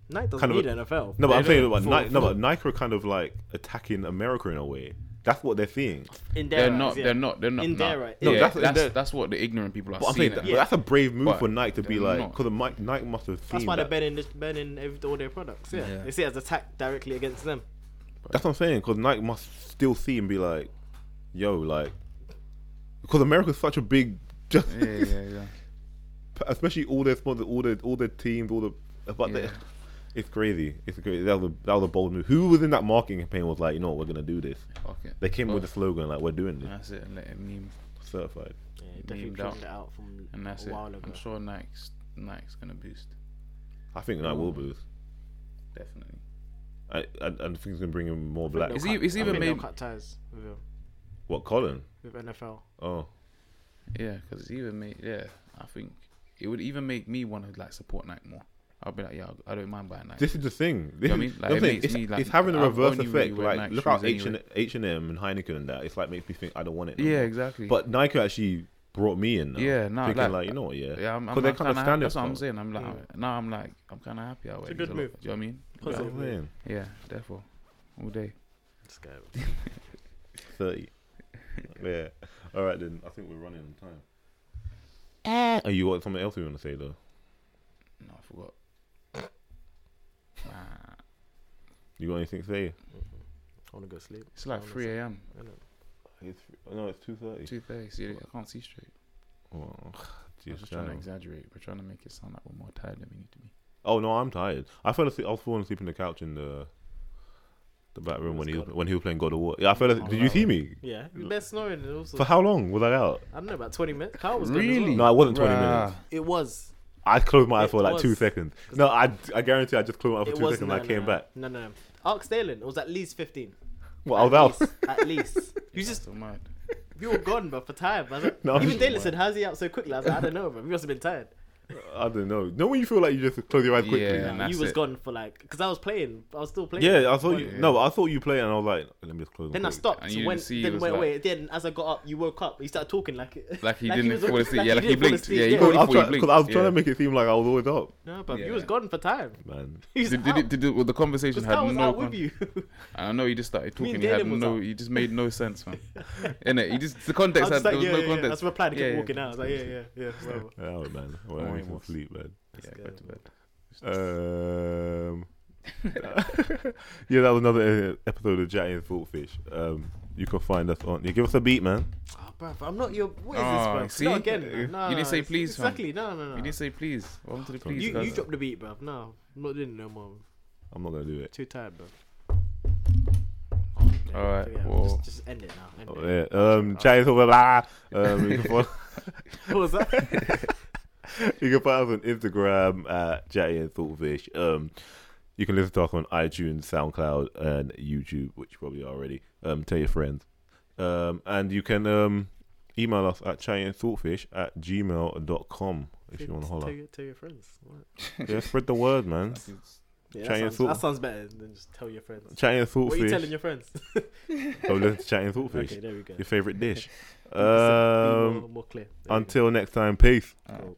B: Nike doesn't
C: kind of
B: need
C: a-
B: NFL.
C: No, but I'm
A: They
C: saying
A: don't.
C: about
A: For-
C: Nike. No,
A: for-
C: but Nike are kind of like attacking America in a way. That's what they're seeing.
B: in their
A: They're
B: eyes,
A: not.
B: yeah.
A: They're not. They're not. nah.
B: In their eyes.
A: Yeah,
C: No,
A: that's,
C: that's- in
A: that's,
C: their-
A: what the ignorant people are
C: But I'm saying
A: seeing. That.
C: that, but that's a brave move
A: But
C: for Nike to be
A: they're
C: like
A: not.
C: because Nike, Nike must have
B: That's
C: seen.
B: why they're
C: that.
B: banning this, banning every, all their products. Yeah.
A: Yeah.
B: they see it as attack directly against them.
C: That's what I'm saying because Nike must still see and be like, yo, like, because America's such a big, just,
A: yeah, yeah, yeah.
C: especially all their sponsors, all their all their teams, all the, but they,
A: Yeah.
C: it's crazy. It's crazy. That was a, that was a bold move. Who was in that marketing campaign was like, you know, what, we're gonna do this.
A: Fuck it.
C: They came
A: Well,
C: with a slogan like, we're doing this.
A: That's it. Let it meme,
C: Certified.
B: Yeah, they
A: Memed
B: definitely
A: out.
B: dropped it out from
A: and that's
B: a
A: it.
B: while ago.
A: I'm sure Nike's Nike's gonna boost.
C: I think Nike
A: Oh.
C: will boost.
A: Definitely.
C: I, I, I think it's gonna bring in more black.
A: Is he- is he
B: I
A: e-, even
B: think they'll
A: made-
B: cut ties with, him,
C: What Colin?
B: with NFL.
C: Oh,
A: Yeah, because it's even make. Yeah, I think it would even make me want to like support Nike more. I'll be like, yeah, I don't mind buying Nike.
C: this is the thing. This
A: You know what
C: is,
A: I mean? Like,
C: the thing.
A: it makes
C: It's,
A: me, like,
C: it's having a
A: I've
C: reverse
A: only
C: effect.
A: really wear
C: like
A: Nike
C: look at
A: shoes
C: H and
A: anyway.
C: H and M and Heineken and that. It's like makes me think I don't want it. no
A: yeah,
C: more.
A: exactly.
C: But Nike actually brought me in. Now,
A: Yeah, nah,
C: thinking
A: like-
C: like, you know what? Yeah,
A: yeah, I'm, I'm,
C: 'Cause they're kinda
A: I'm kinda happy.
C: standard
A: That's what I'm
C: for it.
A: saying. I'm like, now I'm like, I'm kind of happy. I wear
B: a
A: these
B: good
A: lot.
B: move.
A: Do you know what I mean?
C: That's what
B: Positive.
C: I'm saying.
A: Yeah, therefore, all day.
B: This guy.
C: Thirty. yeah. All right then. I think we're running on time. Eh. Are you got something else you want to say though?
A: No, I forgot. Nah,
C: You got anything to say?
B: I want to go sleep.
A: it's like
B: Honestly.
A: 3 a.m.
B: I know.
C: It's, no, it's two thirty.
A: Two thirty. See, I can't see straight.
C: Oh,
A: I
C: dear
A: was just trying to
C: child.
A: exaggerate. We're trying to make it sound like we're more tired than we need to be.
C: Oh no, I'm tired. I fell asleep. I was falling asleep on the couch in the the back room when he was, when he was playing God of War. Yeah, I fell.
B: Oh,
C: Asleep. Did you see me?
B: Yeah, you've been snoring and also.
C: For how long was I out?
B: I don't know, about 20 minutes. Carl was Good
A: Really?
B: as
C: No,
B: well.
C: I wasn't 20
A: Bruh.
C: minutes.
B: It was.
C: I closed my eyes for
B: It
C: like two
B: was-
C: seconds. No, I I guarantee I just closed my eyes
B: It
C: for two
B: was.
C: seconds.
B: no,
C: and I
B: no,
C: came
B: no.
C: back.
B: No, no, no. Ark Stalin, it was at least 15.
C: Well, I was out.
B: Least, at least. You
A: Yeah,
B: just
A: so mad.
B: You were gone, bro, for time. I was like,
C: No, I'm
B: even
C: just-
B: Dalen said, "How's he out so quickly?" I was like, "I don't know, bro. You must have been tired."
C: I don't know. No, when you feel like you just close your eyes quickly.
A: Yeah,
C: Yeah,
A: and that's
B: you was
A: it.
B: gone for like, because I was playing. I was still playing.
C: I thought you.
A: Yeah.
C: No, I thought you played, and I was like, let me just close. them
B: Then I
C: quick.
B: stopped.
A: And you didn't
B: went,
A: see he
B: then
A: was
B: went
A: like-
B: away. Then as I got up, you woke up. You started talking like it.
A: Like he
B: was-
A: didn't fall asleep. Yeah, like he
B: didn't fall
A: blinked.
B: asleep,
A: Yeah, he
C: Because
A: fully
C: I was, trying,
A: blinked.
C: because I was trying
A: Yeah.
C: to make it seem like I was always up,
B: No, bro,
A: Yeah.
B: you was gone for time.
C: man.
B: You was
A: Did, did,
B: out.
A: it- did, it- well, the conversation
B: 'Cause
A: had
B: Carl was
A: no.
B: out
A: Con-
B: with you.
A: I know he just started
B: Me
A: talking.
B: and
A: He had
B: Dalen was
A: no.
B: out.
A: He just made no sense, man. Innit? He just the context
B: I was
A: had there
B: like,
A: was
B: yeah,
A: no
B: yeah, yeah.
A: context.
B: That's replied and
A: Yeah,
B: kept
A: yeah.
B: walking out. I was like, yeah, yeah, yeah. whatever.
C: Yeah, man.
A: Oh,
C: Well, I need
A: it
C: some
A: was.
C: sleep, man.
A: Yeah, go to bed.
C: Um, yeah, that was another uh, episode of Jatty and Saltfish. Um, you can find us on. You give us a beat, man.
B: Oh, bruv, I'm not your. What is
A: Oh,
B: this, bruv?
A: see?
B: Not again.
A: You
B: bruv. No,
A: didn't
B: no,
A: say
B: it's-
A: please, fam.
B: Exactly. No, no, no.
A: You didn't say please. Welcome to the please.
B: You, you
A: guys.
B: dropped the beat, bruv. No, I'm not doing it no more.
C: I'm not gonna do it.
B: Too tired, bruv.
A: Alright,
B: Yeah,
A: well-
B: just, just end it now. End
C: Oh,
B: it.
C: yeah. Um, Jatty and Saltfish. ah. Um, you, can follow,
B: What was that?
C: you can find us on Instagram at Jatty and Saltfish. Um, you can listen to us on iTunes, SoundCloud, and YouTube, which you probably are already. Um, tell your friends. Um, and you can um, email us at chatty and saltfish at gmail.com if you want to
B: Just Tell
C: holler.
B: your, tell your friends. What?
C: Yeah, spread the word, man. Try
B: Yeah,
C: and
B: that, sounds,
C: sort-
B: that sounds better than just tell your friends.
C: Chatting and
B: What are you telling
C: saltfish.
B: your friends?
C: Oh, listen to chatting and saltfish.
B: okay, there we go.
C: Your favorite dish.
B: Just, uh, be
C: Um,
B: more, more clear. There we go.
C: until next time, peace.
A: Alright.
B: Cool.